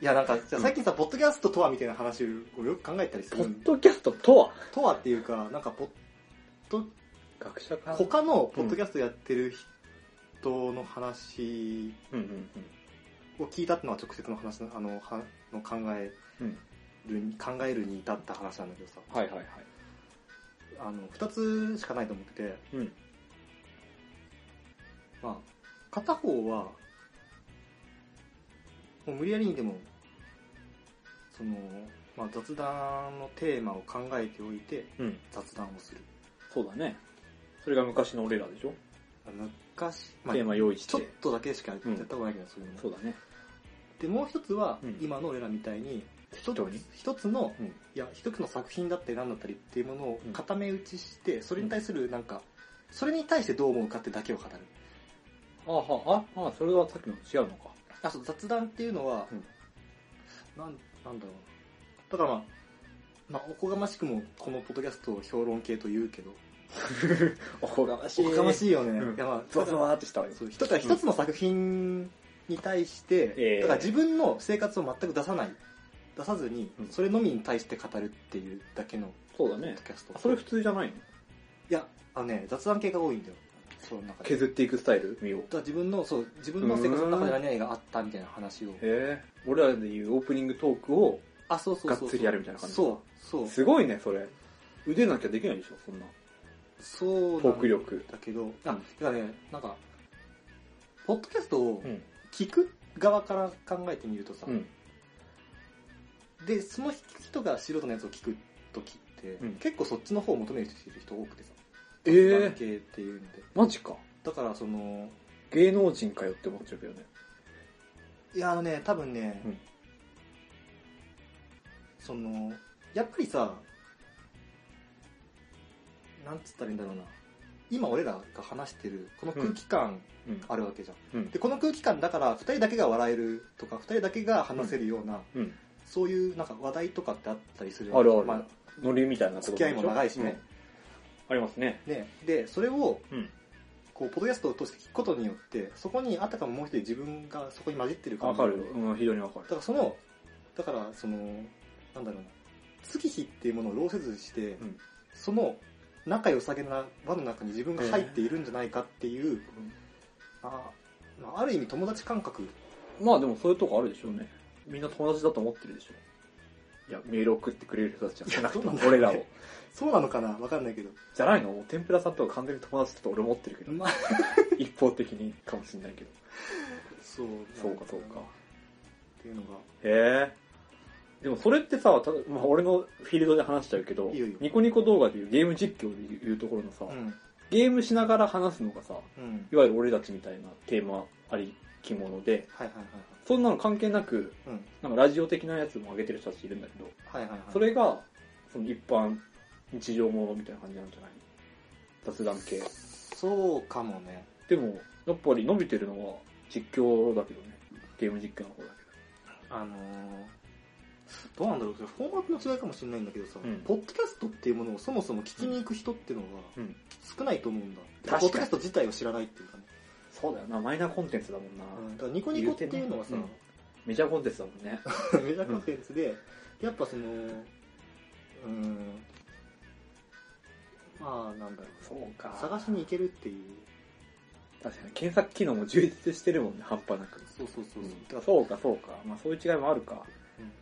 [SPEAKER 3] や、なんか、じゃあ最近さ、ポッドキャストとはみたいな話をよく考えたりす
[SPEAKER 4] ポ
[SPEAKER 3] る
[SPEAKER 4] ッ
[SPEAKER 3] ん
[SPEAKER 4] ドキャストとは
[SPEAKER 3] とはっていうか、なんかポッド、
[SPEAKER 4] 学者か
[SPEAKER 3] 他のポッドキャストやってる人の話
[SPEAKER 4] うんうん
[SPEAKER 3] を聞いたってのは直接の話の、あの、はの考え
[SPEAKER 4] うん。うん。
[SPEAKER 3] るに、考えるに至った話なんだけどさ、
[SPEAKER 4] はいはいはい。
[SPEAKER 3] あの、二つしかないと思ってて、
[SPEAKER 4] うん。
[SPEAKER 3] まあ、片方は、もう無理やりにでも、その、まあ雑談のテーマを考えておいて
[SPEAKER 4] うん。
[SPEAKER 3] 雑談をする。
[SPEAKER 4] そうだね。それが昔の俺らでしょ、
[SPEAKER 3] 昔、まあ
[SPEAKER 4] テー、マ用意し。
[SPEAKER 3] ちょってとだけしかやったことないけど、そういうの。
[SPEAKER 4] そうだね。
[SPEAKER 3] でもう一つは、
[SPEAKER 4] うん
[SPEAKER 3] 今の俺らみたいに一つ
[SPEAKER 4] 当に
[SPEAKER 3] 一つの、
[SPEAKER 4] うん
[SPEAKER 3] いや一つの作品だったり何だったりっていうものを
[SPEAKER 4] うん
[SPEAKER 3] 固め打ちして、それに対するなんかそれに対してどう思うかってだけを語る
[SPEAKER 4] ああ、はあ、ああ、それはさっきの違うのか。
[SPEAKER 3] あそう雑談っていうのは、
[SPEAKER 4] うん
[SPEAKER 3] なんなんだろうだからまあまあ、おこがましくも、このポッドキャストを評論系と言うけど、
[SPEAKER 4] おこがまし
[SPEAKER 3] おこがましいよね。
[SPEAKER 4] うん
[SPEAKER 3] いやまあ、
[SPEAKER 4] ゾワゾワーってしたわよ。
[SPEAKER 3] そうだから一つの作品に対して、
[SPEAKER 4] ええ
[SPEAKER 3] だから自分の生活を全く出さない出さずに、
[SPEAKER 4] うん
[SPEAKER 3] それのみに対して語るっていうだけの
[SPEAKER 4] そうだ
[SPEAKER 3] ポッ
[SPEAKER 4] ね
[SPEAKER 3] ド。キャスト
[SPEAKER 4] あそれ普通じゃないの
[SPEAKER 3] いやあのね雑談系が多いんだよその中でだか
[SPEAKER 4] 削っていくスタイル見よう。
[SPEAKER 3] ら自分のそう自分の生活の中で何々があったみたいな話を
[SPEAKER 4] へえ。俺らで言うオープニングトークを
[SPEAKER 3] あそうそう
[SPEAKER 4] が
[SPEAKER 3] そう
[SPEAKER 4] っ
[SPEAKER 3] そう
[SPEAKER 4] つりやるみたいな感じ。
[SPEAKER 3] そうそう
[SPEAKER 4] すごいね、それ。腕なきゃできないでしょ、そんな。
[SPEAKER 3] そう
[SPEAKER 4] トーク
[SPEAKER 3] なん
[SPEAKER 4] 力。
[SPEAKER 3] だけどあだからねなんかポッドキャストを
[SPEAKER 4] うん。
[SPEAKER 3] 聞く側から考えてみるとさ、
[SPEAKER 4] うん。
[SPEAKER 3] でその人が素人のやつを聞く時って、
[SPEAKER 4] うん
[SPEAKER 3] 結構そっちの方を求める人人多くてさ
[SPEAKER 4] え
[SPEAKER 3] 関
[SPEAKER 4] え。
[SPEAKER 3] 係っていうので
[SPEAKER 4] マジか。
[SPEAKER 3] だからその
[SPEAKER 4] 芸能人かよって思っちゃうけどね。
[SPEAKER 3] いやあのね多分ね、
[SPEAKER 4] うん
[SPEAKER 3] そのやっぱりさなんつったらいいんだろうな今俺らが話してるこの空気感
[SPEAKER 4] うん。
[SPEAKER 3] あるわけじゃん、
[SPEAKER 4] うん
[SPEAKER 3] でこの空気感だから2人だけが笑えるとか2人だけが話せるような、
[SPEAKER 4] うん。
[SPEAKER 3] そういうなんか話題とかってあったりする
[SPEAKER 4] あるある。
[SPEAKER 3] まあ、
[SPEAKER 4] ノリみたいなこと
[SPEAKER 3] 付き合いも長いしね、
[SPEAKER 4] うんありますね。
[SPEAKER 3] ねでそれを
[SPEAKER 4] うん。
[SPEAKER 3] こうポッドキャストを通して聞くことによってそこにあたかももう一人自分がそこに混じってる
[SPEAKER 4] わ
[SPEAKER 3] 感じ
[SPEAKER 4] かるよ。うん、非常にわか
[SPEAKER 3] だ
[SPEAKER 4] る。
[SPEAKER 3] からそのだからそのなんだろうな月日っていうものを浪せずして、
[SPEAKER 4] ん
[SPEAKER 3] その仲良さげな輪の中に自分が入っているんじゃないかっていう、あまあある意味友達感覚
[SPEAKER 4] まあでもそういうとこあるでしょうね。みんな友達だと思ってるでしょ。いや、メール送ってくれる人たちじゃなく
[SPEAKER 3] いやそうなん
[SPEAKER 4] て、
[SPEAKER 3] だよ
[SPEAKER 4] 俺
[SPEAKER 3] ね
[SPEAKER 4] らを。
[SPEAKER 3] そうなのかなわかんないけど、
[SPEAKER 4] じゃないの天ぷらさんとか完全に友達だと俺思ってるけど。
[SPEAKER 3] まあ、
[SPEAKER 4] 一方的にかもしんないけど。
[SPEAKER 3] そう
[SPEAKER 4] そうか、そうか。
[SPEAKER 3] っていうのが
[SPEAKER 4] へえ。でもそれってさ、ただまあ、俺のフィールドで話しちゃうけど、
[SPEAKER 3] いいよいいよ
[SPEAKER 4] ニコニコ動画でいうゲーム実況でいうところのさ、
[SPEAKER 3] うん
[SPEAKER 4] ゲームしながら話すのがさ、
[SPEAKER 3] うん
[SPEAKER 4] いわゆる俺たちみたいなテーマありきもので、
[SPEAKER 3] はいはいはい
[SPEAKER 4] そんなの関係なく、
[SPEAKER 3] はいうん
[SPEAKER 4] なんかラジオ的なやつも上げてる人たちいるんだけど、
[SPEAKER 3] はいはいはい
[SPEAKER 4] それが、その一般、日常ものみたいな感じなんじゃない雑談系。
[SPEAKER 3] そうかもね
[SPEAKER 4] でも、やっぱり伸びてるのは実況だけどね。ゲーム実況の方だ
[SPEAKER 3] あのーどうなんだろうそれフォーマットの違いかもしれないんだけどさ、
[SPEAKER 4] うん
[SPEAKER 3] ポッドキャストっていうものをそもそも聞きに行く人っていうのが
[SPEAKER 4] けど。うん。
[SPEAKER 3] 少ないと思うんだ。
[SPEAKER 4] 確かに
[SPEAKER 3] ポッドキャスト自体を知らないっていうかね。
[SPEAKER 4] そうだよな、マイナーコンテンツだもんな。
[SPEAKER 3] だからニコニコっていうのはさ、
[SPEAKER 4] 言うメジャーコンテンツだもんね。
[SPEAKER 3] メジャーコンテンツで、やっぱその、うーん、まあなんだろう、
[SPEAKER 4] そうか
[SPEAKER 3] 探しに行けるっていう
[SPEAKER 4] 確かに検索機能も充実してるもんね、半端なく。
[SPEAKER 3] そうそうそうそう、
[SPEAKER 4] あそうか、そうか。まあ、そういう違いもあるか。
[SPEAKER 3] うん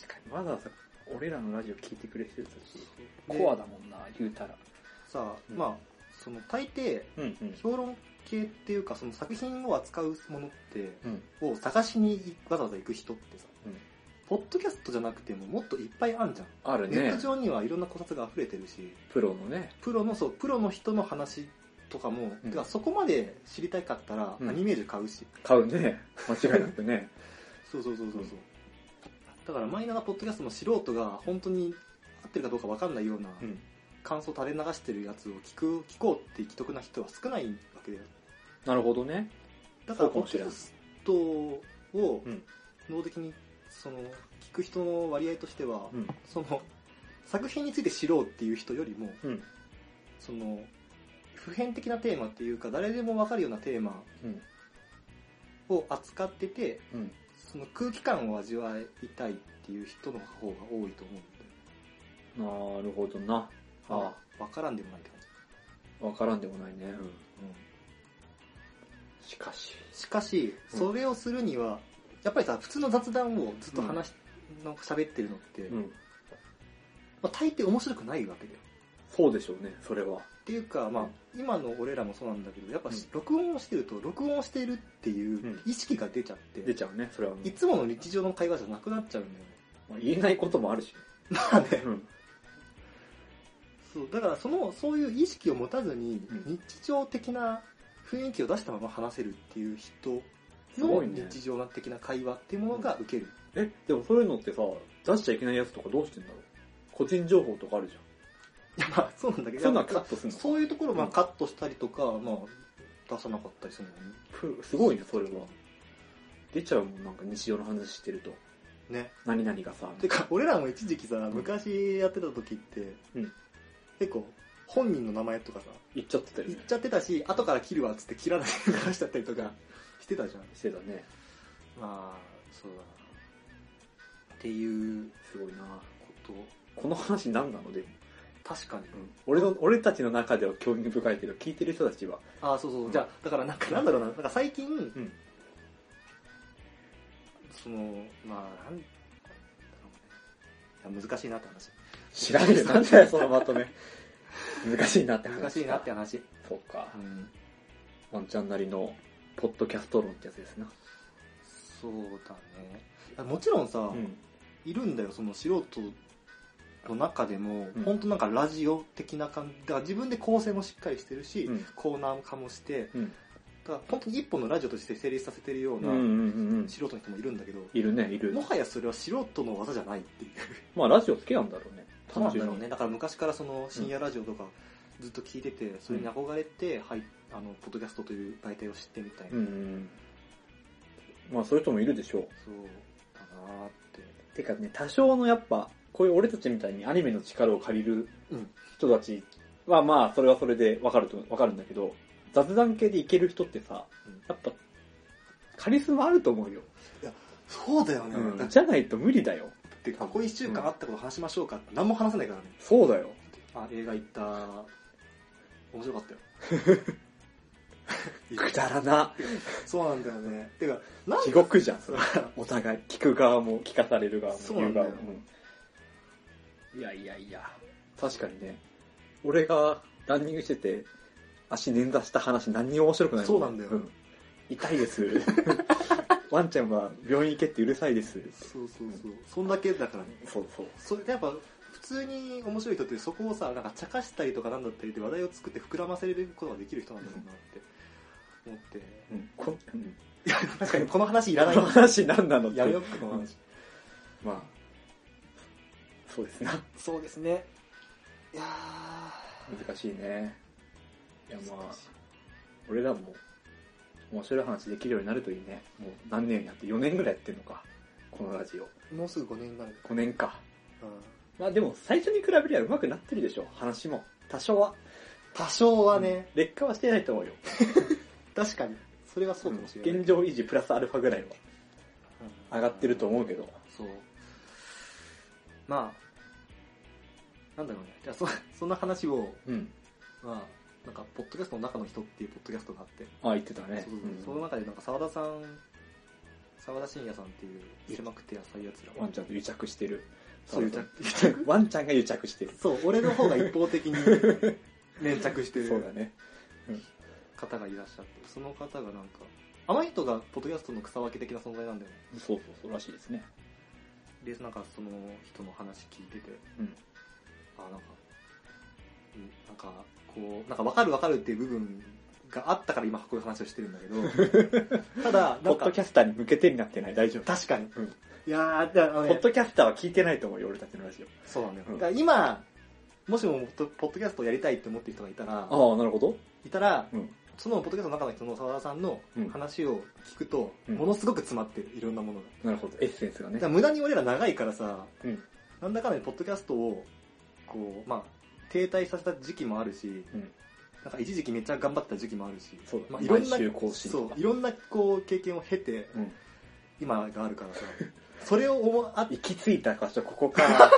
[SPEAKER 4] 確かに、わざわざ俺らのラジオ聞いてくれてる人たち、
[SPEAKER 3] で
[SPEAKER 4] コアだもんな、言うたら。
[SPEAKER 3] さあ、
[SPEAKER 4] うん
[SPEAKER 3] まあその大抵
[SPEAKER 4] うんうん。
[SPEAKER 3] 評論系っていうかその作品を扱うものって
[SPEAKER 4] うん。
[SPEAKER 3] を探しにわざわざ行く人ってさ、
[SPEAKER 4] うん
[SPEAKER 3] ポッドキャストじゃなくてももっといっぱいあんじゃん、
[SPEAKER 4] ある
[SPEAKER 3] ネッ
[SPEAKER 4] ね
[SPEAKER 3] ト。上にはいろんな考察が溢れてるし
[SPEAKER 4] プロのね。
[SPEAKER 3] プロのそうプロの人の話とかも、
[SPEAKER 4] うん
[SPEAKER 3] てかそこまで知りたかったら、
[SPEAKER 4] うん
[SPEAKER 3] アニメージュ買うし
[SPEAKER 4] 買うね。間違いなくね。
[SPEAKER 3] そうそうそうそうそう、
[SPEAKER 4] うん
[SPEAKER 3] だからマイナーなポッドキャストの素人が本当に合ってるかどうかわかんないような
[SPEAKER 4] うん。
[SPEAKER 3] 感想垂れ流してるやつを聞く聞こうって既得な人は少ないわけだよ
[SPEAKER 4] なるほどね。
[SPEAKER 3] だからポッ
[SPEAKER 4] そうかも
[SPEAKER 3] ド
[SPEAKER 4] し
[SPEAKER 3] キ
[SPEAKER 4] れん
[SPEAKER 3] ャストを
[SPEAKER 4] うん
[SPEAKER 3] 能的にその聞く人の割合としては、
[SPEAKER 4] うん。
[SPEAKER 3] その作品について知ろうっていう人よりも
[SPEAKER 4] うん。
[SPEAKER 3] その普遍的なテーマっていうか誰でも分かるようなテーマ
[SPEAKER 4] うん。
[SPEAKER 3] を扱ってて
[SPEAKER 4] うん。
[SPEAKER 3] その空気感を味わいたいっていう人の方が多いと思うんで
[SPEAKER 4] なるほどな。あ
[SPEAKER 3] 分からんでもないって感じ、
[SPEAKER 4] あ、わからんでもないね。
[SPEAKER 3] うん
[SPEAKER 4] しかし。
[SPEAKER 3] しかし
[SPEAKER 4] うん
[SPEAKER 3] それをするにはやっぱりさ普通の雑談をずっと話し、なんか喋ってるのって、
[SPEAKER 4] うん。
[SPEAKER 3] まあ、大抵面白くないわけだよ
[SPEAKER 4] そうでしょうね、それは。
[SPEAKER 3] っていうか、まあ、今の俺らもそうなんだけど、やっぱ
[SPEAKER 4] うん
[SPEAKER 3] 録音をしてると、録音してるっていうん意識が出ちゃって、
[SPEAKER 4] 出ちゃうね、それはもう。
[SPEAKER 3] いつもの日常の会話じゃなくなっちゃうんだよね。
[SPEAKER 4] まあ言えないこともあるし。
[SPEAKER 3] まあね
[SPEAKER 4] う、ん。
[SPEAKER 3] そう、だからその、そういう意識を持たずに
[SPEAKER 4] うん、
[SPEAKER 3] 日常的な雰囲気を出したまま話せるっていう人
[SPEAKER 4] すご
[SPEAKER 3] の
[SPEAKER 4] いね。
[SPEAKER 3] 日常的な会話っていうものが受ける。
[SPEAKER 4] え、でもそういうのってさ、出しちゃいけないやつとかどうしてんだろう個人情報とかあるじゃ
[SPEAKER 3] い や、まあそうなんだけ
[SPEAKER 4] ん。
[SPEAKER 3] ど、
[SPEAKER 4] そういうのは
[SPEAKER 3] やっ
[SPEAKER 4] カ
[SPEAKER 3] ぱ
[SPEAKER 4] ットするの
[SPEAKER 3] そういうところをまあ
[SPEAKER 4] うん
[SPEAKER 3] カットしたりとか、まあ、出さなかったりするんだよね。
[SPEAKER 4] ふすごいね、それは。出ちゃうもん、なんか日常の話してると。
[SPEAKER 3] ね。
[SPEAKER 4] 何々がさ。
[SPEAKER 3] てか俺らも一時期さ昔やってた時って、
[SPEAKER 4] うん
[SPEAKER 3] 結構本人の名前とかさ
[SPEAKER 4] 言っちゃってたよ
[SPEAKER 3] 言っ
[SPEAKER 4] ね。
[SPEAKER 3] ちゃってたし後から切るわっつって切らないで流しちゃったりとかしてたじゃん
[SPEAKER 4] してたね。
[SPEAKER 3] まあそうだなっていう
[SPEAKER 4] すごいな
[SPEAKER 3] こと
[SPEAKER 4] この話何なのでも、
[SPEAKER 3] 確かに、
[SPEAKER 4] 俺の、俺たちの中では興味深いけど、聞いてる人たちは、
[SPEAKER 3] ああそうそう、
[SPEAKER 4] うん
[SPEAKER 3] じゃあだからなんかなんだろうななんか最近、
[SPEAKER 4] ん
[SPEAKER 3] そのまあなんだろうねいや難しいなって話
[SPEAKER 4] 知らねえよ。なんだよ、そのま とめ。難しいなって話。
[SPEAKER 3] 難しいなって。話、
[SPEAKER 4] そうか
[SPEAKER 3] う。ん、
[SPEAKER 4] ワンちゃんなりの、ポッドキャスト論ってやつですな。
[SPEAKER 3] そうだねあもちろんさ、
[SPEAKER 4] うん。
[SPEAKER 3] いるんだよその素人の中でも、
[SPEAKER 4] うん
[SPEAKER 3] 本当なんかラジオ的な感じだから自分で構成もしっかりしてるし、
[SPEAKER 4] うん。
[SPEAKER 3] コーナー化もして
[SPEAKER 4] うん。
[SPEAKER 3] だから本当に一本のラジオとして成立させてるよう
[SPEAKER 4] うんうん
[SPEAKER 3] な
[SPEAKER 4] うんうん。
[SPEAKER 3] 素人の人もいるんだけど、
[SPEAKER 4] いるね、いる。
[SPEAKER 3] もはやそれは素人の技じゃないっていう
[SPEAKER 4] まあ、ラジオ好きなんだろうね。単
[SPEAKER 3] そうな
[SPEAKER 4] 純
[SPEAKER 3] んだろう
[SPEAKER 4] に。
[SPEAKER 3] ねだから昔からその深夜ラジオとかずっと聞いてて、それに憧れて、はい、あのポッドキャストという媒体を知ってみたいな、
[SPEAKER 4] うんうん。まあ、そういう人もいるでしょう。
[SPEAKER 3] そうだなーって
[SPEAKER 4] てかね、多少のやっぱ、こういう俺たちみたいにアニメの力を借りる
[SPEAKER 3] うん
[SPEAKER 4] 人たちは、まあ、それはそれでわかると、わかるんだけど、雑談系でいける人ってさ、
[SPEAKER 3] うん
[SPEAKER 4] やっぱ、カリスマあると思うよ。
[SPEAKER 3] そうだよね、だっ
[SPEAKER 4] じゃないと無理だよ。
[SPEAKER 3] てここ1週間あったこと話しましょうかって何も話せないからね
[SPEAKER 4] そうだよ。
[SPEAKER 3] あ、映画行った。面白かったよ。
[SPEAKER 4] くだらな。
[SPEAKER 3] そうなんだよね。てか、なん
[SPEAKER 4] 地 獄じゃん、そ
[SPEAKER 3] そう
[SPEAKER 4] れ。お互い、聞く側も、聞かされる側も、
[SPEAKER 3] そうなんだよ
[SPEAKER 4] 言側も。うんいやいやいや。確かにね。俺がランニングしてて、足捻挫した話何にも面白くないも
[SPEAKER 3] そうなんだよ
[SPEAKER 4] 痛いです。 ワンちゃんは病院行けってうるさいです。
[SPEAKER 3] そうそうそう。そんだけだからね。
[SPEAKER 4] そうそう。
[SPEAKER 3] それでやっぱ、普通に面白い人ってそこをさ、なんか茶化したりとかなんだったりで話題を作って膨らませることができる人なんだろうなって思って。
[SPEAKER 4] うん、こうん
[SPEAKER 3] いや、確かにこの話い らない
[SPEAKER 4] この話何なのって
[SPEAKER 3] やめよっか、この話。
[SPEAKER 4] まあ、そうですな。
[SPEAKER 3] そうですね。いや
[SPEAKER 4] 難しいね。いや
[SPEAKER 3] ー。
[SPEAKER 4] ま
[SPEAKER 3] 難
[SPEAKER 4] あ
[SPEAKER 3] し、い
[SPEAKER 4] 俺らも面白い話できるようになるといいね。もう何年やって、4年ぐらいやってんのか。このラジオ。
[SPEAKER 3] もうすぐ5年になる。
[SPEAKER 4] 5年か。
[SPEAKER 3] うん
[SPEAKER 4] まあでも最初に比べりゃ上手くなってるでしょ。話も。多少は。
[SPEAKER 3] 多少はね、
[SPEAKER 4] 劣化はしてないと思うよ。
[SPEAKER 3] 確かに。それはそうかもしれない。
[SPEAKER 4] 現状維持プラスアルファぐらいは上がってると
[SPEAKER 3] 思う
[SPEAKER 4] 思うけど。
[SPEAKER 3] そう。 まあ、なんだろうね。じゃあ、そ、そんな話を、
[SPEAKER 4] うん。
[SPEAKER 3] まあ、なんか、ポッドキャストの中の人っていうポッドキャストがあって、
[SPEAKER 4] あ、言ってたね。
[SPEAKER 3] そうそうそう
[SPEAKER 4] うん
[SPEAKER 3] その中でなんか沢田さん、沢田信也さんっていう、狭くて浅いやつら
[SPEAKER 4] ワンちゃんと癒着してる。
[SPEAKER 3] そう癒着
[SPEAKER 4] ワンちゃんが癒着してる。
[SPEAKER 3] そう、俺の方が一方的に 粘着して
[SPEAKER 4] そうだ
[SPEAKER 3] る
[SPEAKER 4] ね。
[SPEAKER 3] 方がいらっしゃって、その方がなんか、あの人がポッドキャストの草分け的な存在なんだよね。
[SPEAKER 4] そうそうそう、らしいですね。
[SPEAKER 3] で、なんかその人の話聞いてて、
[SPEAKER 4] うん。
[SPEAKER 3] あ、なんか、うんなんか、こう、なんか分かる分かるっていう部分があったから今こういう話をしてるんだけ ど、ただ、な
[SPEAKER 4] ポ
[SPEAKER 3] ん
[SPEAKER 4] ッド
[SPEAKER 3] か
[SPEAKER 4] キ、ャスターに向けてになってない、大丈夫。
[SPEAKER 3] 確かに。
[SPEAKER 4] うん
[SPEAKER 3] いやー、だからあの
[SPEAKER 4] ポ
[SPEAKER 3] ね
[SPEAKER 4] ッドキャスターは聞いてないと思うよ、俺たちのラジオ。
[SPEAKER 3] そうなんだよ。
[SPEAKER 4] うん
[SPEAKER 3] だから今、もしもポッドポッドキャストをやりたいって思ってる人がいたら、
[SPEAKER 4] ああ、なるほど。
[SPEAKER 3] いたら、
[SPEAKER 4] うん。
[SPEAKER 3] そのポッドキャストの中の人の澤田さんの
[SPEAKER 4] うん
[SPEAKER 3] 話を聞くと、
[SPEAKER 4] うん
[SPEAKER 3] ものすごく詰まってる、いろんなものが。
[SPEAKER 4] なるほど。エッセンスがね
[SPEAKER 3] だか。ら無駄に俺ら長いからさ、
[SPEAKER 4] うん。
[SPEAKER 3] なんだかんだでポッドキャストを、こう、まあ、停滞させた時期もあるし、
[SPEAKER 4] うん。
[SPEAKER 3] なんか一時期めっちゃ頑張ってた時期もあるし、
[SPEAKER 4] そうだ
[SPEAKER 3] まあ、いろんな
[SPEAKER 4] 毎週更新
[SPEAKER 3] そう、いろんなこう経験を経て、
[SPEAKER 4] うん。
[SPEAKER 3] 今があるから さ、それを思わあっ
[SPEAKER 4] 行き着いた箇所、ここ か。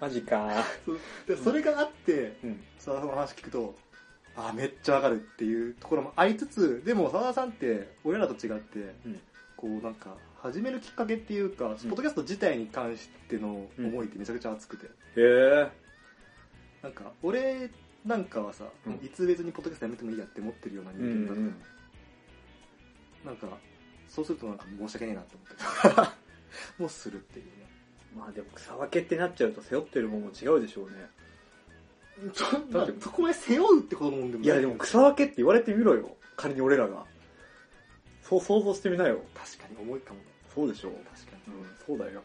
[SPEAKER 4] マジか。
[SPEAKER 3] そうでそれがあって、
[SPEAKER 4] うん。
[SPEAKER 3] 澤田さんの話聞くと、あーめっちゃわかるっていうところもありつつ、でも澤田さんって、俺らと違って、
[SPEAKER 4] うん。
[SPEAKER 3] こうなんか、始めるきっかけっていうか、ポッドキャスト自体に関しての思いってめちゃくちゃ熱くて、
[SPEAKER 4] へえ。
[SPEAKER 3] なんか、俺なんかはさ、
[SPEAKER 4] うん
[SPEAKER 3] もういつ別にポッドキャストやめてもいいやって思ってるような
[SPEAKER 4] うんう
[SPEAKER 3] 人間だったの、
[SPEAKER 4] ん。
[SPEAKER 3] なんか、そうするとなんか申し訳ねえなと思って、 もうするっていうね。
[SPEAKER 4] まあでも草分けってなっちゃうと背負ってるもんも違うでしょうね。
[SPEAKER 3] だってそこまで背負うってこともんでも
[SPEAKER 4] いやでも草分けって言われてみろよ。仮に俺らが。そう想像してみなよ。
[SPEAKER 3] 確かに重いかもね。
[SPEAKER 4] そうでしょう。
[SPEAKER 3] 確か
[SPEAKER 4] う
[SPEAKER 3] に。
[SPEAKER 4] ん、そうだよ、やっ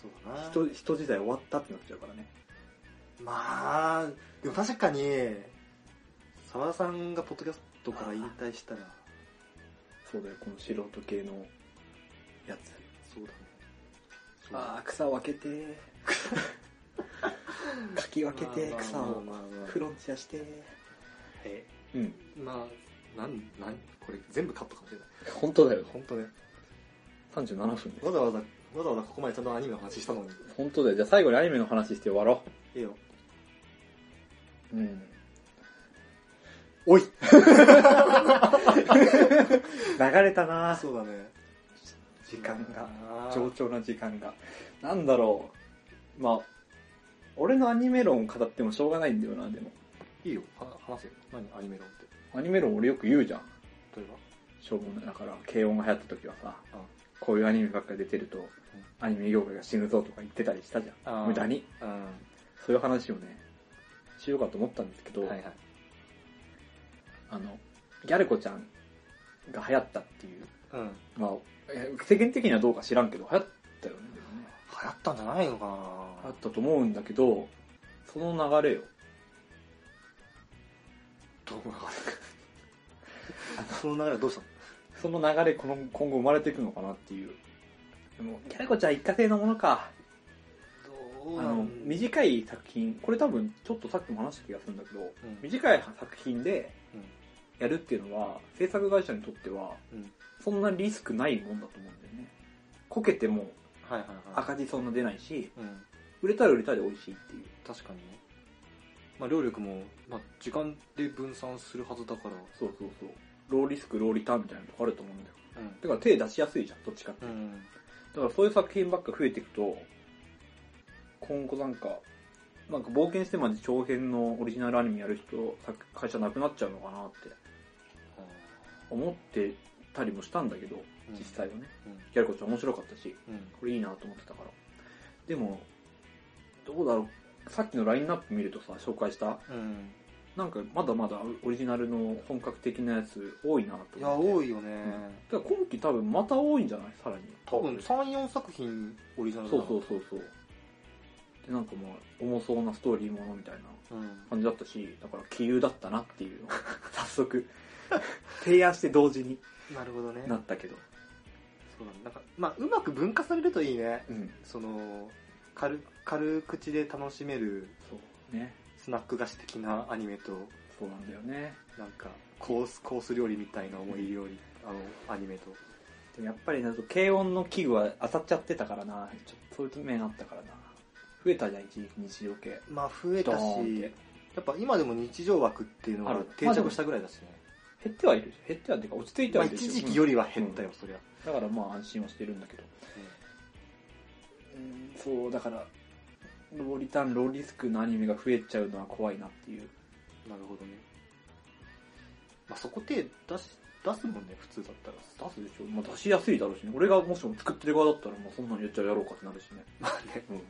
[SPEAKER 3] そうだな。
[SPEAKER 4] ぱ。人、人時代終わったってなっちゃうからね。
[SPEAKER 3] まあ、でも確かに、沢田さんがポッドキャストから引退したら、
[SPEAKER 4] そうだよ、この素人系のやつ。
[SPEAKER 3] そうだね。そう
[SPEAKER 4] ああ、草分け て。かき分けて、
[SPEAKER 3] まあ
[SPEAKER 4] 草
[SPEAKER 3] まあ
[SPEAKER 4] を。
[SPEAKER 3] まあまあまあ
[SPEAKER 4] フロンティアして。
[SPEAKER 3] え
[SPEAKER 4] うん。
[SPEAKER 3] まあ、なん、なん、これ全部カットかもしれない。
[SPEAKER 4] 本当だよ。
[SPEAKER 3] 本当ね。
[SPEAKER 4] 37分で
[SPEAKER 3] わざわざ、わざわざここまでちゃんとアニメの話したのに。
[SPEAKER 4] す。本当だよ。じゃあ最後にアニメの話して終わろ
[SPEAKER 3] ええよ。
[SPEAKER 4] う。うん。
[SPEAKER 3] お い
[SPEAKER 4] 流れたな
[SPEAKER 3] そうだね。
[SPEAKER 4] 時間が。
[SPEAKER 3] 上
[SPEAKER 4] 上調な時間が。なんだろう。まあ、俺のアニメ論語ってもしょうがないんだよな、でも。
[SPEAKER 3] いいよ、は話せよ。何アニメ論って。
[SPEAKER 4] アニメ論俺よく言うじゃん。
[SPEAKER 3] 例えば。
[SPEAKER 4] しょうもない。だから、軽音が流行った時はさ、
[SPEAKER 3] あ
[SPEAKER 4] こういうアニメばっかり出てると、アニメ業界が死ぬぞとか言ってたりしたじゃ
[SPEAKER 3] あ
[SPEAKER 4] ん。
[SPEAKER 3] ー
[SPEAKER 4] 無駄に。
[SPEAKER 3] うん。
[SPEAKER 4] そういう話をね、しようかと思ったんですけど、
[SPEAKER 3] はいはい。
[SPEAKER 4] あの、ギャル子ちゃんが流行ったっていう、
[SPEAKER 3] うん。流
[SPEAKER 4] まあ、え世間的にはどうか知らんけど、流行ったよね。でもね
[SPEAKER 3] 行ったんじゃないの かな
[SPEAKER 4] 流行ったと思うんだけど、その流れよ。
[SPEAKER 3] どうもその流れはどうしたの
[SPEAKER 4] その流れこの今後生まれていくのかなっていう。でも、ギャル子ちゃん一過性のものか。
[SPEAKER 3] ど
[SPEAKER 4] あの、
[SPEAKER 3] み
[SPEAKER 4] 短い作品、これ多分ちょっとさっきも話した気がするんだけど、
[SPEAKER 3] ん
[SPEAKER 4] 短い作品で
[SPEAKER 3] うん
[SPEAKER 4] やるっていうのは、制作会社にとっては、
[SPEAKER 3] うん
[SPEAKER 4] そんなリスクないもんだと思うんだよね。こけても
[SPEAKER 3] はいはいはい。
[SPEAKER 4] 赤字そんな出ないし、
[SPEAKER 3] うん。
[SPEAKER 4] 売れたら売れたで美味しいっていう。
[SPEAKER 3] 確かにね。まあ、労力も、まあ、時間で分散するはずだから。
[SPEAKER 4] そうそうそう。ローリスク、ローリターンみたいなとこあると思うんだよ。
[SPEAKER 3] うん。
[SPEAKER 4] だから手出しやすいじゃん、どっちかって。
[SPEAKER 3] うん。
[SPEAKER 4] だからそういう作品ばっか増えていくと、今後なんか、なんか冒険してまで長編のオリジナルアニメやる人、作会社なくなっちゃうのかなって思ってたりもしたんだけど、
[SPEAKER 3] うん
[SPEAKER 4] 実際はね。
[SPEAKER 3] うん。
[SPEAKER 4] ギャルコちゃん面白かったし、
[SPEAKER 3] うん。
[SPEAKER 4] これいいなと思ってたから。でも、どうだろう。さっきのラインナップ見るとさ、紹介した、
[SPEAKER 3] うん。
[SPEAKER 4] なんかまだまだオリジナルの本格的なやつ多いなと
[SPEAKER 3] いや、
[SPEAKER 4] 思って。
[SPEAKER 3] 多いよね。
[SPEAKER 4] だから今期多分また多いんじゃないさらに。
[SPEAKER 3] 多分、3、4作品オリジナルだ
[SPEAKER 4] そ
[SPEAKER 3] な
[SPEAKER 4] うそうそうそう。で、なんかまあ、重そうなストーリーものみたいな
[SPEAKER 3] うん。
[SPEAKER 4] 感じだったし、だから杞憂だったなって いうのを早速、提案して同時に
[SPEAKER 3] なるほどね。
[SPEAKER 4] なったけど。
[SPEAKER 3] そうだね。なんか、まあ、うまく分化されるといいね。
[SPEAKER 4] うん。
[SPEAKER 3] その、軽、軽口で楽しめる
[SPEAKER 4] そうね。
[SPEAKER 3] スナック菓子的なアニメと、
[SPEAKER 4] そうなんだよね。
[SPEAKER 3] なんか、コース、コース料理みたいな思い料理、あの、アニメと。
[SPEAKER 4] でもやっぱりなんか軽音の器具は当たっちゃってたからな。ちょっとそういう面あったからな。増えたじゃん、一日日常系。
[SPEAKER 3] まあ、増えた
[SPEAKER 4] ドーンっ、
[SPEAKER 3] してやっぱ今でも日常枠っていうの
[SPEAKER 4] あ
[SPEAKER 3] は
[SPEAKER 4] る
[SPEAKER 3] 定着したぐらいだしね。
[SPEAKER 4] 減ってはいる減ってはっていうか落ち着い
[SPEAKER 3] ま
[SPEAKER 4] ては
[SPEAKER 3] あ
[SPEAKER 4] いるし
[SPEAKER 3] 一時期よりは減ったよ、そりゃ。
[SPEAKER 4] だからまあ安心はしてるんだけどうんそうだからローリターンローリスクのアニメが増えちゃうのは怖いなっていう
[SPEAKER 3] なるほどね。まあそこ手出し、出すもんね、普通だったら。
[SPEAKER 4] 出すでしょ、まあ、出しやすいだろうしね俺がもしも作ってる側だったらもうそんなのやっちゃうやろうかってなるし ね、
[SPEAKER 3] まあね。
[SPEAKER 4] うん、
[SPEAKER 3] うん。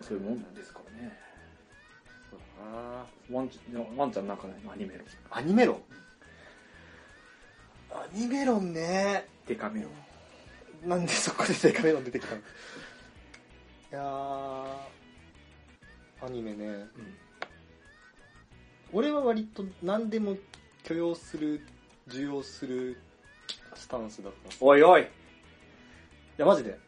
[SPEAKER 4] そういうもんなんですからね
[SPEAKER 3] そうだな
[SPEAKER 4] ワンちゃんワンちゃんなんかねアニメロ
[SPEAKER 3] アニメ論アニメ論ね。
[SPEAKER 4] デカメロ
[SPEAKER 3] なんでそこでデカメロン出てきたのいやー、アニメね。
[SPEAKER 4] うん
[SPEAKER 3] 俺は割と何でも許容する、受容するスタンスだから。い
[SPEAKER 4] おいおい
[SPEAKER 3] や、マジで。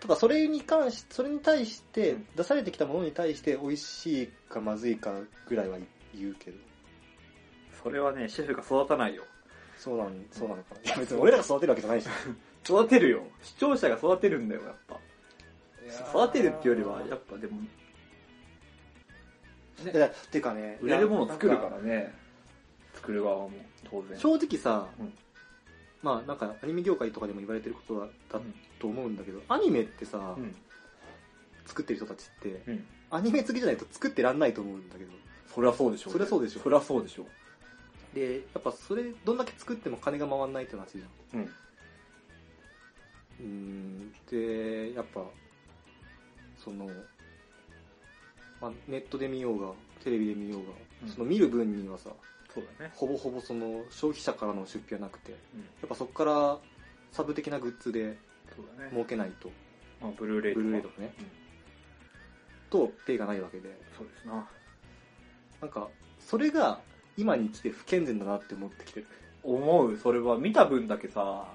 [SPEAKER 3] ただ、それに関し、それに対して、出されてきたものに対して、美味しいかまずいかぐらいは言うけど。
[SPEAKER 4] それはねシェフが育たないよ
[SPEAKER 3] そうなん、そうなのかな。いや、別に俺らが育てるわけじゃないし。
[SPEAKER 4] 育てるよ視聴者が育てるんだよやっぱ育てるっていうよりはやっぱでも
[SPEAKER 3] いやてかね、
[SPEAKER 4] 売れるものを作る
[SPEAKER 3] い
[SPEAKER 4] か
[SPEAKER 3] や。な
[SPEAKER 4] ら
[SPEAKER 3] ん
[SPEAKER 4] ね作る側も当然
[SPEAKER 3] 正直さ、
[SPEAKER 4] うん
[SPEAKER 3] まあなんかアニメ業界とかでも言われてることだだ
[SPEAKER 4] うん
[SPEAKER 3] と思うんだけど、アニメってさ、
[SPEAKER 4] うん
[SPEAKER 3] 作ってる人たちって、
[SPEAKER 4] うん
[SPEAKER 3] アニメ好きじゃないと作ってらんないと思うんだけど。
[SPEAKER 4] そりゃそうでしょ
[SPEAKER 3] そりゃそうでしょ
[SPEAKER 4] そりゃそうでしょ
[SPEAKER 3] で、やっぱそれ、どんだけ作っても金が回んないって話じゃん。
[SPEAKER 4] うん
[SPEAKER 3] うーん、で、やっぱ、その、まあ、ネットで見ようが、テレビで見ようが、
[SPEAKER 4] うん
[SPEAKER 3] その見る分にはさ、
[SPEAKER 4] そうだね
[SPEAKER 3] ほぼほぼその消費者からの出費はなくて、や
[SPEAKER 4] うん
[SPEAKER 3] っぱそこからサブ的なグッズで
[SPEAKER 4] そうだね
[SPEAKER 3] 儲けないと、
[SPEAKER 4] まあブルーレイ
[SPEAKER 3] ブルーレイ
[SPEAKER 4] と
[SPEAKER 3] と
[SPEAKER 4] か
[SPEAKER 3] かね
[SPEAKER 4] うん、
[SPEAKER 3] とペイがないわけで、
[SPEAKER 4] そうですな
[SPEAKER 3] なんか、それが今に来て不健全だなって思ってきてる。
[SPEAKER 4] 思うそれは見た分だけさ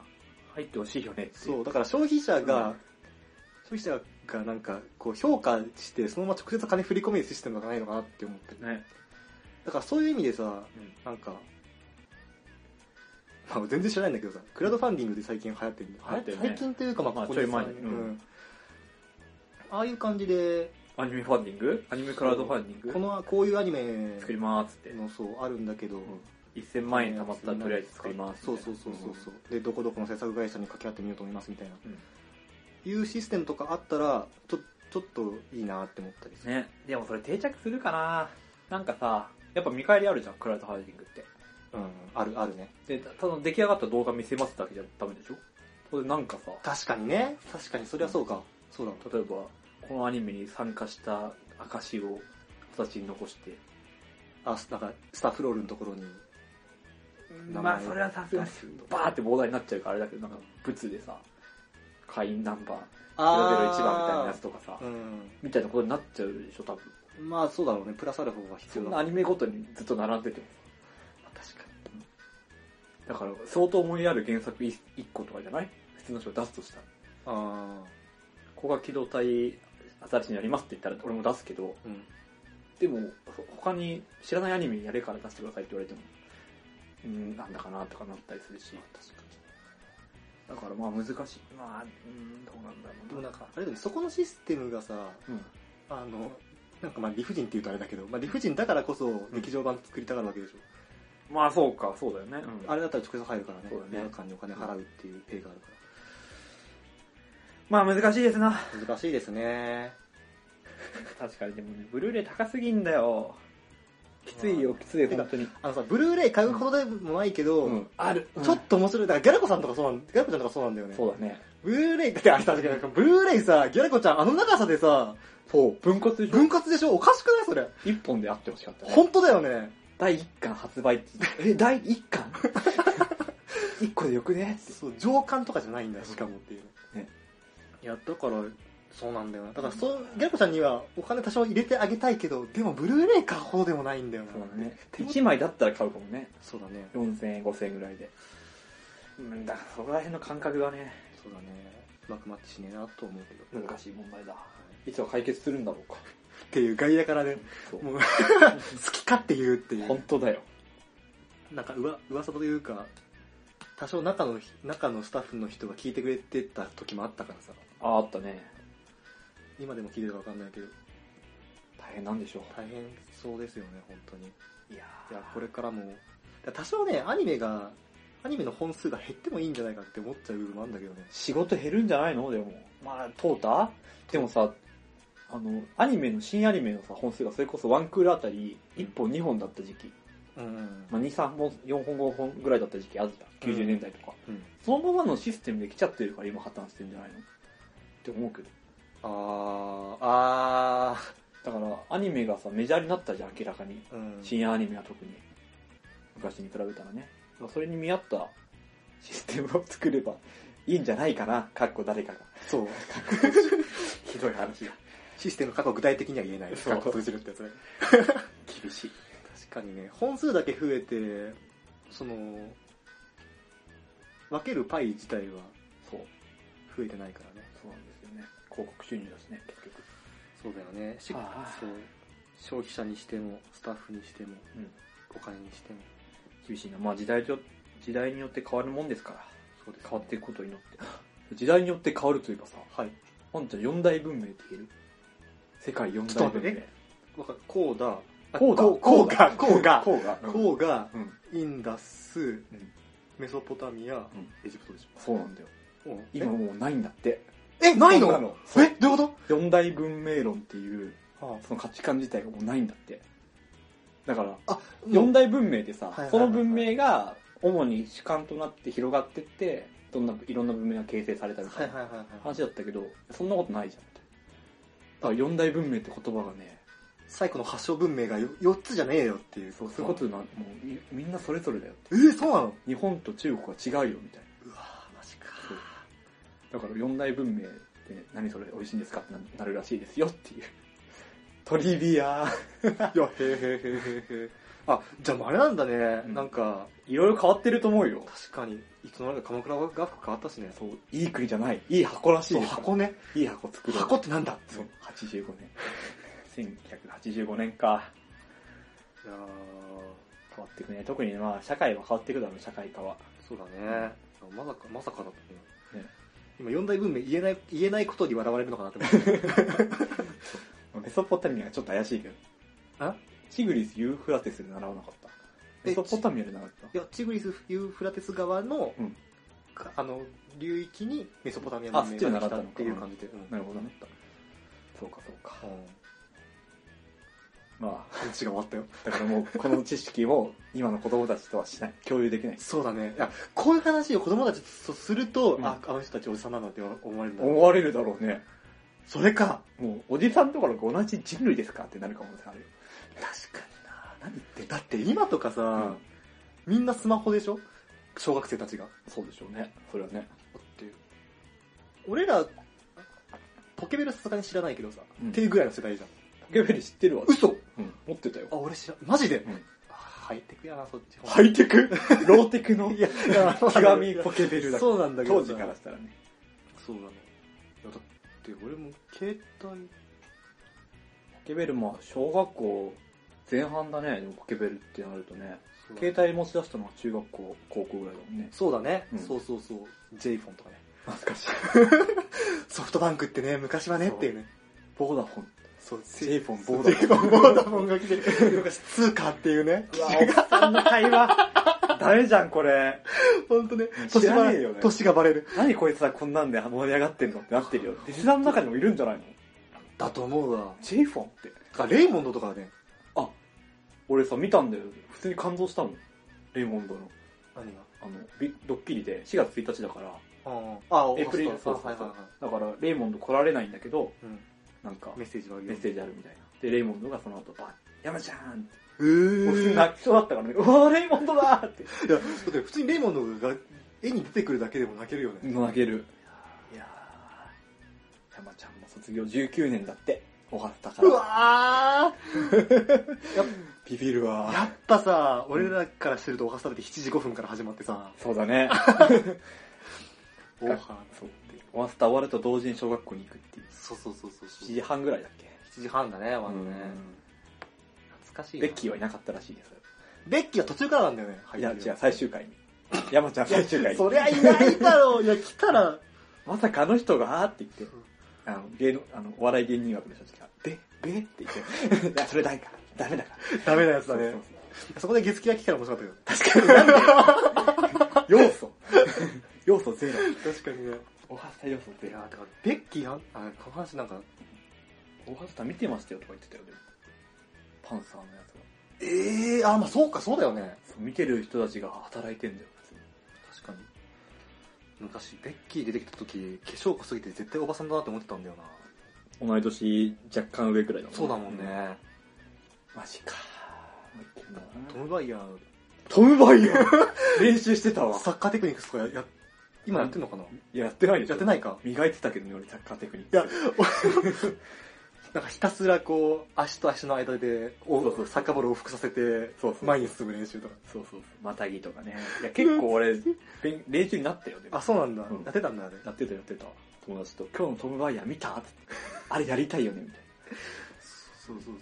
[SPEAKER 4] 入ってほしいよねって
[SPEAKER 3] そう、だから消費者
[SPEAKER 4] うん
[SPEAKER 3] が、消費者がなんか、こう評価して、そのまま直接金振り込めるシステムがないのかなって思ってる。
[SPEAKER 4] ね
[SPEAKER 3] だからそういう意味でさ、
[SPEAKER 4] うん
[SPEAKER 3] なんか、まあ、全然知らないんだけどさ、クラウドファンディングで最近流行ってるんだ
[SPEAKER 4] 流行ってるね
[SPEAKER 3] 最近というか、まあ、
[SPEAKER 4] まあ
[SPEAKER 3] ここでさ
[SPEAKER 4] ちょい前だけど
[SPEAKER 3] うんああいう感じで、
[SPEAKER 4] アニメファンディングアニメクラウドファンディング
[SPEAKER 3] この、こういうアニメ
[SPEAKER 4] 作りまーすって、
[SPEAKER 3] の、そう、あるんだけど、
[SPEAKER 4] 1000万円貯まったらとりあえず作ります
[SPEAKER 3] そうそうそうそうそう、でどこどこの制作会社に掛け合ってみようと思いますみたいな、
[SPEAKER 4] うん
[SPEAKER 3] いうシステムとかあったらちょちょっといいなって思ったりする、
[SPEAKER 4] ねでもそれ定着するかななんかさやっぱ見返りあるじゃんクラウドファンディングって
[SPEAKER 3] うん、あるあるね
[SPEAKER 4] でたただ出来上がった動画見せますだけじゃダメでしょそれでなんかさ
[SPEAKER 3] 確かにね確かにそりゃそうか、そうだ
[SPEAKER 4] 例えばこのアニメに参加した証を形に残して
[SPEAKER 3] あなんかスタッフロールのところに名前
[SPEAKER 4] まあそれはさすがに
[SPEAKER 3] 出すと
[SPEAKER 4] バーって膨大になっちゃうからあれだけどなんか物でさ会員ナンバー
[SPEAKER 3] あ
[SPEAKER 4] 001番みたいなやつとかさ
[SPEAKER 3] う
[SPEAKER 4] みたいなことになっちゃうでしょ多分
[SPEAKER 3] んまあそうだろうねプラスアルファが必
[SPEAKER 4] そ
[SPEAKER 3] 要
[SPEAKER 4] ん
[SPEAKER 3] だ
[SPEAKER 4] なアニメごとにずっと並んでても
[SPEAKER 3] 確か
[SPEAKER 4] だから相当思いやる原作 1, 個とかじゃない普通の人が出すとしたら
[SPEAKER 3] にあ
[SPEAKER 4] ここが機動隊新しいのやりますって言ったら俺も出すけど
[SPEAKER 3] あうん
[SPEAKER 4] でもほ他に知らないアニメやれから出してくださいって言われてもうんなんだかなとかなったりするし
[SPEAKER 3] 確かに
[SPEAKER 4] だからまあ難しいまあうんどうなんだろう
[SPEAKER 3] でもなんかあれだよねそこのシステムがさ
[SPEAKER 4] うん
[SPEAKER 3] あのなんかまあ理不尽って言うとあれだけど、まあ、理不尽だからこそ劇場版作りたがるわけでしょ、
[SPEAKER 4] まあそうかそうだよね、うん
[SPEAKER 3] あれだったら直接入るからね
[SPEAKER 4] そうだね
[SPEAKER 3] 映画館にお金払うっていうペイがあるか
[SPEAKER 4] まあ難しいですな
[SPEAKER 3] ら難しいですね
[SPEAKER 4] 確かにでもねブルーレイ高すぎんだよきついよきつい本当に
[SPEAKER 3] あのさブルーレイ買うほどでもないけど、
[SPEAKER 4] うんある
[SPEAKER 3] ちょっと面白いだからギャラコさんとかそうなんギャラコちゃんとかそうなんだよね
[SPEAKER 4] そうだね
[SPEAKER 3] ブルーレイだってあれ確かになんかブルーレイさギャラコちゃんあの長さでさ
[SPEAKER 4] そう分割でしょ
[SPEAKER 3] 分割でしょおかしくないそれ
[SPEAKER 4] 一本であってほしかったね
[SPEAKER 3] 本当だよね
[SPEAKER 4] 第1巻発売ってえ第1巻 一個でよくねって
[SPEAKER 3] そう上巻とかじゃないんだしかもっていう、
[SPEAKER 4] ね
[SPEAKER 3] いやだからそうなんだよなだからそうギャラコちゃんにはお金多少入れてあげたいけどでもブルーレイ買うほどでもないんだよな
[SPEAKER 4] そうだね1枚だったら買うかもね
[SPEAKER 3] そうだね
[SPEAKER 4] 4000円5000円ぐらいでうんだからそこら辺の感覚がね
[SPEAKER 3] そうだねうまくマッチしねえなと思うけど
[SPEAKER 4] 難しい問題だいつか解決するんだろうか
[SPEAKER 3] っていう外野からね、
[SPEAKER 4] そ う
[SPEAKER 3] もう、好きかって言うってい
[SPEAKER 4] 本
[SPEAKER 3] う。
[SPEAKER 4] 当だよ
[SPEAKER 3] なんか、うわ、噂というか、多少中の、中のスタッフの人が聞いてくれてた時もあったからさ、
[SPEAKER 4] ああったね
[SPEAKER 3] 今でも聞いてるかわかんないけど、
[SPEAKER 4] 大変なんでしょ。
[SPEAKER 3] 大変そうですよね、本当に。いう
[SPEAKER 4] いや
[SPEAKER 3] や、これからも、だから多少ね、アニメが、アニメの本数が減ってもいいんじゃないかって思っちゃう部分もあるんだけどね。
[SPEAKER 4] 仕事減るんじゃないのでも。まあ、淘汰でもさ、あの、アニメの、新アニメのさ、本数がそれこそワンクールあたり、1本2本だった時期。
[SPEAKER 3] うん。
[SPEAKER 4] まあ、2、3本、4本、5本ぐらいだった時期あるじゃん。90年代とか。
[SPEAKER 3] うん。
[SPEAKER 4] そのままのシステムで来ちゃってるから今破綻してるんじゃないのって思うけど。
[SPEAKER 3] あー、あ
[SPEAKER 4] だから、アニメがさ、メジャーになったじゃん、明らかに。
[SPEAKER 3] ー、うん。
[SPEAKER 4] 深夜アニメは特に。昔に比べたらね。まあそれに見合ったシステムを作ればいいんじゃないかな、かっこ誰かが。
[SPEAKER 3] そう。
[SPEAKER 4] ひどい話が。
[SPEAKER 3] システムの過去を具体的には言えない。
[SPEAKER 4] そう
[SPEAKER 3] 過去閉じるってやつね。
[SPEAKER 4] 厳しい。
[SPEAKER 3] 確かにね、本数だけ増えて、その、分けるパイ自体は
[SPEAKER 4] そう。
[SPEAKER 3] 増えてないからね。
[SPEAKER 4] そうなんですよね。広告収入だしね、結局。
[SPEAKER 3] そうだよね。し
[SPEAKER 4] あー
[SPEAKER 3] そう。消費者にしても、スタッフにしても、
[SPEAKER 4] うん。
[SPEAKER 3] お金にしても。
[SPEAKER 4] 厳しいな。まあ時代と、時代によって変わるもんですから。
[SPEAKER 3] そうですね
[SPEAKER 4] 変わっていくことによって。 時代によって変わるといえばさ、
[SPEAKER 3] はい。
[SPEAKER 4] あんちゃん四大文明って言える世界四大文
[SPEAKER 3] ちょっと待っ
[SPEAKER 4] 明
[SPEAKER 3] て。わかるこうだ。あ
[SPEAKER 4] こうだ
[SPEAKER 3] こうが。こうが。
[SPEAKER 4] こうが。
[SPEAKER 3] こうが、
[SPEAKER 4] うん。
[SPEAKER 3] インダス、メソポタミア、エジプトでし
[SPEAKER 4] そうなんだよ。
[SPEAKER 3] ょ。
[SPEAKER 4] 今もうないんだって。
[SPEAKER 3] え、ないの
[SPEAKER 4] そんなの
[SPEAKER 3] え、どういうこ
[SPEAKER 4] 四大文明論っていう、
[SPEAKER 3] と
[SPEAKER 4] その価値観自体がもうないんだって。だから、
[SPEAKER 3] あ、
[SPEAKER 4] 四大文明でさ
[SPEAKER 3] はいはいはいは、い
[SPEAKER 4] その文明が主に主観となって広がってって、どんな、いろんな文明が形成されたみ
[SPEAKER 3] は
[SPEAKER 4] た
[SPEAKER 3] い
[SPEAKER 4] い
[SPEAKER 3] はい
[SPEAKER 4] な
[SPEAKER 3] はいはい。
[SPEAKER 4] 話だったけど、そんなことないじゃん。だから四大文明って言葉がね、
[SPEAKER 3] 最古の発祥文明が4つじゃねえよっていう。
[SPEAKER 4] そうそういうことな、もうみみんなそれぞれだよって。
[SPEAKER 3] えー、そうなの
[SPEAKER 4] 日本と中国は違うよみたいな。
[SPEAKER 3] うわぁ、マジか。
[SPEAKER 4] そうだから四大文明って何それ美味しいんですかってななるらしいですよっていう。トリビ
[SPEAKER 3] いや、
[SPEAKER 4] ア
[SPEAKER 3] へえへえへえへえ。あ、じゃあもうあれなんだね。
[SPEAKER 4] うん
[SPEAKER 3] なんか、
[SPEAKER 4] いろいろ変わってると思うよ。
[SPEAKER 3] 確かに、いつの間にか鎌倉が変わったしね。
[SPEAKER 4] そう、いい国じゃない。いい箱らしい
[SPEAKER 3] そう、
[SPEAKER 4] です。
[SPEAKER 3] 箱ね。
[SPEAKER 4] いい箱作ろう。
[SPEAKER 3] 箱ってなんだ
[SPEAKER 4] そう、85年。1985年か。
[SPEAKER 3] いやー
[SPEAKER 4] 変わってくね。特にまあ、社会は変わってくだろう、社会化は。
[SPEAKER 3] そうだね。まさか、まさかだったね
[SPEAKER 4] ね。
[SPEAKER 3] 今、四大文明言えない、言えないことに笑われるのかなって思って。
[SPEAKER 4] メソポタミアがちょっと怪しいけど。
[SPEAKER 3] あ
[SPEAKER 4] シグリス・ユーフラテスで習わなかった。
[SPEAKER 3] え
[SPEAKER 4] メソポタミアで習っ
[SPEAKER 3] いや、チグリス・ユーフラテス側の、
[SPEAKER 4] うん
[SPEAKER 3] かあの、流域にメソポタミア文明が来たっていう感じで。うん
[SPEAKER 4] た。なるほどね。そうか、そうか。まあ、
[SPEAKER 3] 話が終わったよ。
[SPEAKER 4] だからもう、この知識 を今の子供たちとはしない。共有できない。
[SPEAKER 3] そうだね。いや、こういう話を子供たちとすると、
[SPEAKER 4] うん
[SPEAKER 3] あ、あの人たちおじさんなんだって思われるんだ。
[SPEAKER 4] 思われるだろうね。
[SPEAKER 3] それか。
[SPEAKER 4] もう、おじさんとか同じ人類ですかってなるかもしれない。
[SPEAKER 3] 確かにな何言ってだって今とかさ、
[SPEAKER 4] うん
[SPEAKER 3] みんなスマホでしょ小学生たちが。だ
[SPEAKER 4] そうでしょうね。それはね。
[SPEAKER 3] って、俺ら、ポケベルさすがに知らないけどさ、
[SPEAKER 4] うん
[SPEAKER 3] っていうぐらいの世代じゃん。
[SPEAKER 4] ポケベル知ってるわ。
[SPEAKER 3] 嘘
[SPEAKER 4] うん、持ってたよ
[SPEAKER 3] あ、。俺知ら、マジで、
[SPEAKER 4] うん
[SPEAKER 3] あハイテクやな、そっち。
[SPEAKER 4] ハイテ クローテクの
[SPEAKER 3] いや、いや
[SPEAKER 4] 極みポケベルだ
[SPEAKER 3] そうなんだけど
[SPEAKER 4] 当
[SPEAKER 3] さ
[SPEAKER 4] 時からしたらね。
[SPEAKER 3] そうなの。いや、だって俺も携帯、
[SPEAKER 4] ポケベルも小学校前半だね、でもポケベルってなるとね。
[SPEAKER 3] 携
[SPEAKER 4] 携
[SPEAKER 3] 帯
[SPEAKER 4] 帯持ち出したのは中学校、高校ぐらいだもんね。
[SPEAKER 3] そうだね、
[SPEAKER 4] うん
[SPEAKER 3] そうそうそう。j フォンとかね。
[SPEAKER 4] 懐かしい。
[SPEAKER 3] ソフトバンクってね、昔はねっていうね。
[SPEAKER 4] ボーダフォン。
[SPEAKER 3] そう、
[SPEAKER 4] J フォン、ボー
[SPEAKER 3] ジ
[SPEAKER 4] ダ
[SPEAKER 3] ェイフ
[SPEAKER 4] フォン。
[SPEAKER 3] ォン、ボーダフォンが来て、昔、通貨っていうね。
[SPEAKER 4] うわ、おっさんの会話。ダメじゃん、これ。
[SPEAKER 3] ほんとね、
[SPEAKER 4] 知
[SPEAKER 3] 年
[SPEAKER 4] ら
[SPEAKER 3] ば
[SPEAKER 4] ねえよね
[SPEAKER 3] 年がバレる。
[SPEAKER 4] 何こいつはこんなんで盛り上がってんのってなってるよ。弟子さんの中にもいるんじゃないの
[SPEAKER 3] だと思うわ。
[SPEAKER 4] ?J フォンって。
[SPEAKER 3] あ、レイモンドとかはね、
[SPEAKER 4] あ、俺さ、見たんだよ。普通に感動したもん。レイモンドの。
[SPEAKER 3] 何が。
[SPEAKER 4] あの、ビドッキリで、4月1日だから、
[SPEAKER 3] あ
[SPEAKER 4] エイプリル
[SPEAKER 3] そ
[SPEAKER 4] そうう
[SPEAKER 3] そ
[SPEAKER 4] そう
[SPEAKER 3] そ
[SPEAKER 4] うそうう。だから、レイモンド来られないんだけど、
[SPEAKER 3] うん
[SPEAKER 4] なんか、
[SPEAKER 3] メッセージはあるよ
[SPEAKER 4] メッセージあるみたいな。で、レイモンドがその後、バン、山ちゃーんって。
[SPEAKER 3] う
[SPEAKER 4] もう普通
[SPEAKER 3] ー
[SPEAKER 4] に
[SPEAKER 3] ん。だ
[SPEAKER 4] 泣きそうだったからね、うわー、レイモンドだーって。
[SPEAKER 3] って普通にレイモンドが絵に出てくるだけでも泣けるよね。
[SPEAKER 4] 泣ける。いやー、山ちゃんも卒業19年だって、おはったか
[SPEAKER 3] う
[SPEAKER 4] ら。
[SPEAKER 3] わ
[SPEAKER 4] ビビる
[SPEAKER 3] ー
[SPEAKER 4] わ
[SPEAKER 3] やっぱさ、俺らからしてるとおはされて7時5分から始まってさ、
[SPEAKER 4] そうだね。
[SPEAKER 3] おは
[SPEAKER 4] そう。でオハスタ終わると同時に小学校に行くっていう。
[SPEAKER 3] そうそうそうそう。
[SPEAKER 4] 7時半ぐらいだっけ。
[SPEAKER 3] 7時半だね、まだ
[SPEAKER 4] う
[SPEAKER 3] ね。
[SPEAKER 4] ん
[SPEAKER 3] 懐かしいな。
[SPEAKER 4] ベッキーはいなかったらしいです。
[SPEAKER 3] ベッキーは途中からなんだよね。入
[SPEAKER 4] い
[SPEAKER 3] っ
[SPEAKER 4] や、
[SPEAKER 3] てる
[SPEAKER 4] 違う、最終回に。山ちゃん最終回に。
[SPEAKER 3] そりゃいないだ ろう。いや、来たら。
[SPEAKER 4] まさかあの人がって言って、あの、芸能、あの、お笑い芸人枠の人たちが、で、べって言って、いや、それダメか、ダメだから。
[SPEAKER 3] ダメなやつだね。
[SPEAKER 4] そう
[SPEAKER 3] そこで月気が来たら面白かった
[SPEAKER 4] そうそう要素。要素ゼロ。
[SPEAKER 3] けど。確かにね。
[SPEAKER 4] おはスタ要素
[SPEAKER 3] い
[SPEAKER 4] ゼロ
[SPEAKER 3] や。ー、だから、ベッキーは、あ、下半身なんか、
[SPEAKER 4] おはスタ見てましたよとか言ってたよ、でもパンサーのやつが。
[SPEAKER 3] ええあ、まあそうか、そうだよね。
[SPEAKER 4] そう、見てる人たちが働いてんだよ、別に
[SPEAKER 3] 確かに。昔、ベッキー出てきた時、化粧濃すぎて絶対おばさんだなって思ってたんだよな。
[SPEAKER 4] 同い年若干上くらいだもん
[SPEAKER 3] そうだもんね。。
[SPEAKER 4] マジか。もういけんだな
[SPEAKER 3] トム・バイヤー、
[SPEAKER 4] トムバイヤ ー 練習してたわ。
[SPEAKER 3] サッカーテクニックスとかや、や今やってんのかない
[SPEAKER 4] や、やってないでしょ
[SPEAKER 3] やってないか。
[SPEAKER 4] 磨いてたけどね、俺、サッカーテクニック。
[SPEAKER 3] いや、なんかひたすらこう、足と足の間で、お
[SPEAKER 4] そうそう
[SPEAKER 3] サッカーボールを往復させて、
[SPEAKER 4] そうそう
[SPEAKER 3] 前に進む練習とか。
[SPEAKER 4] そうそうそう。またぎとかね。いや、結構俺、勉練習になったよ、でも
[SPEAKER 3] あ、。そうなんだ。
[SPEAKER 4] うん
[SPEAKER 3] やってたんだ、あれ。
[SPEAKER 4] やってたやってた。友達と、今日のトムバイヤー見たってあれやりたいよね、みたい
[SPEAKER 3] そうそうそう。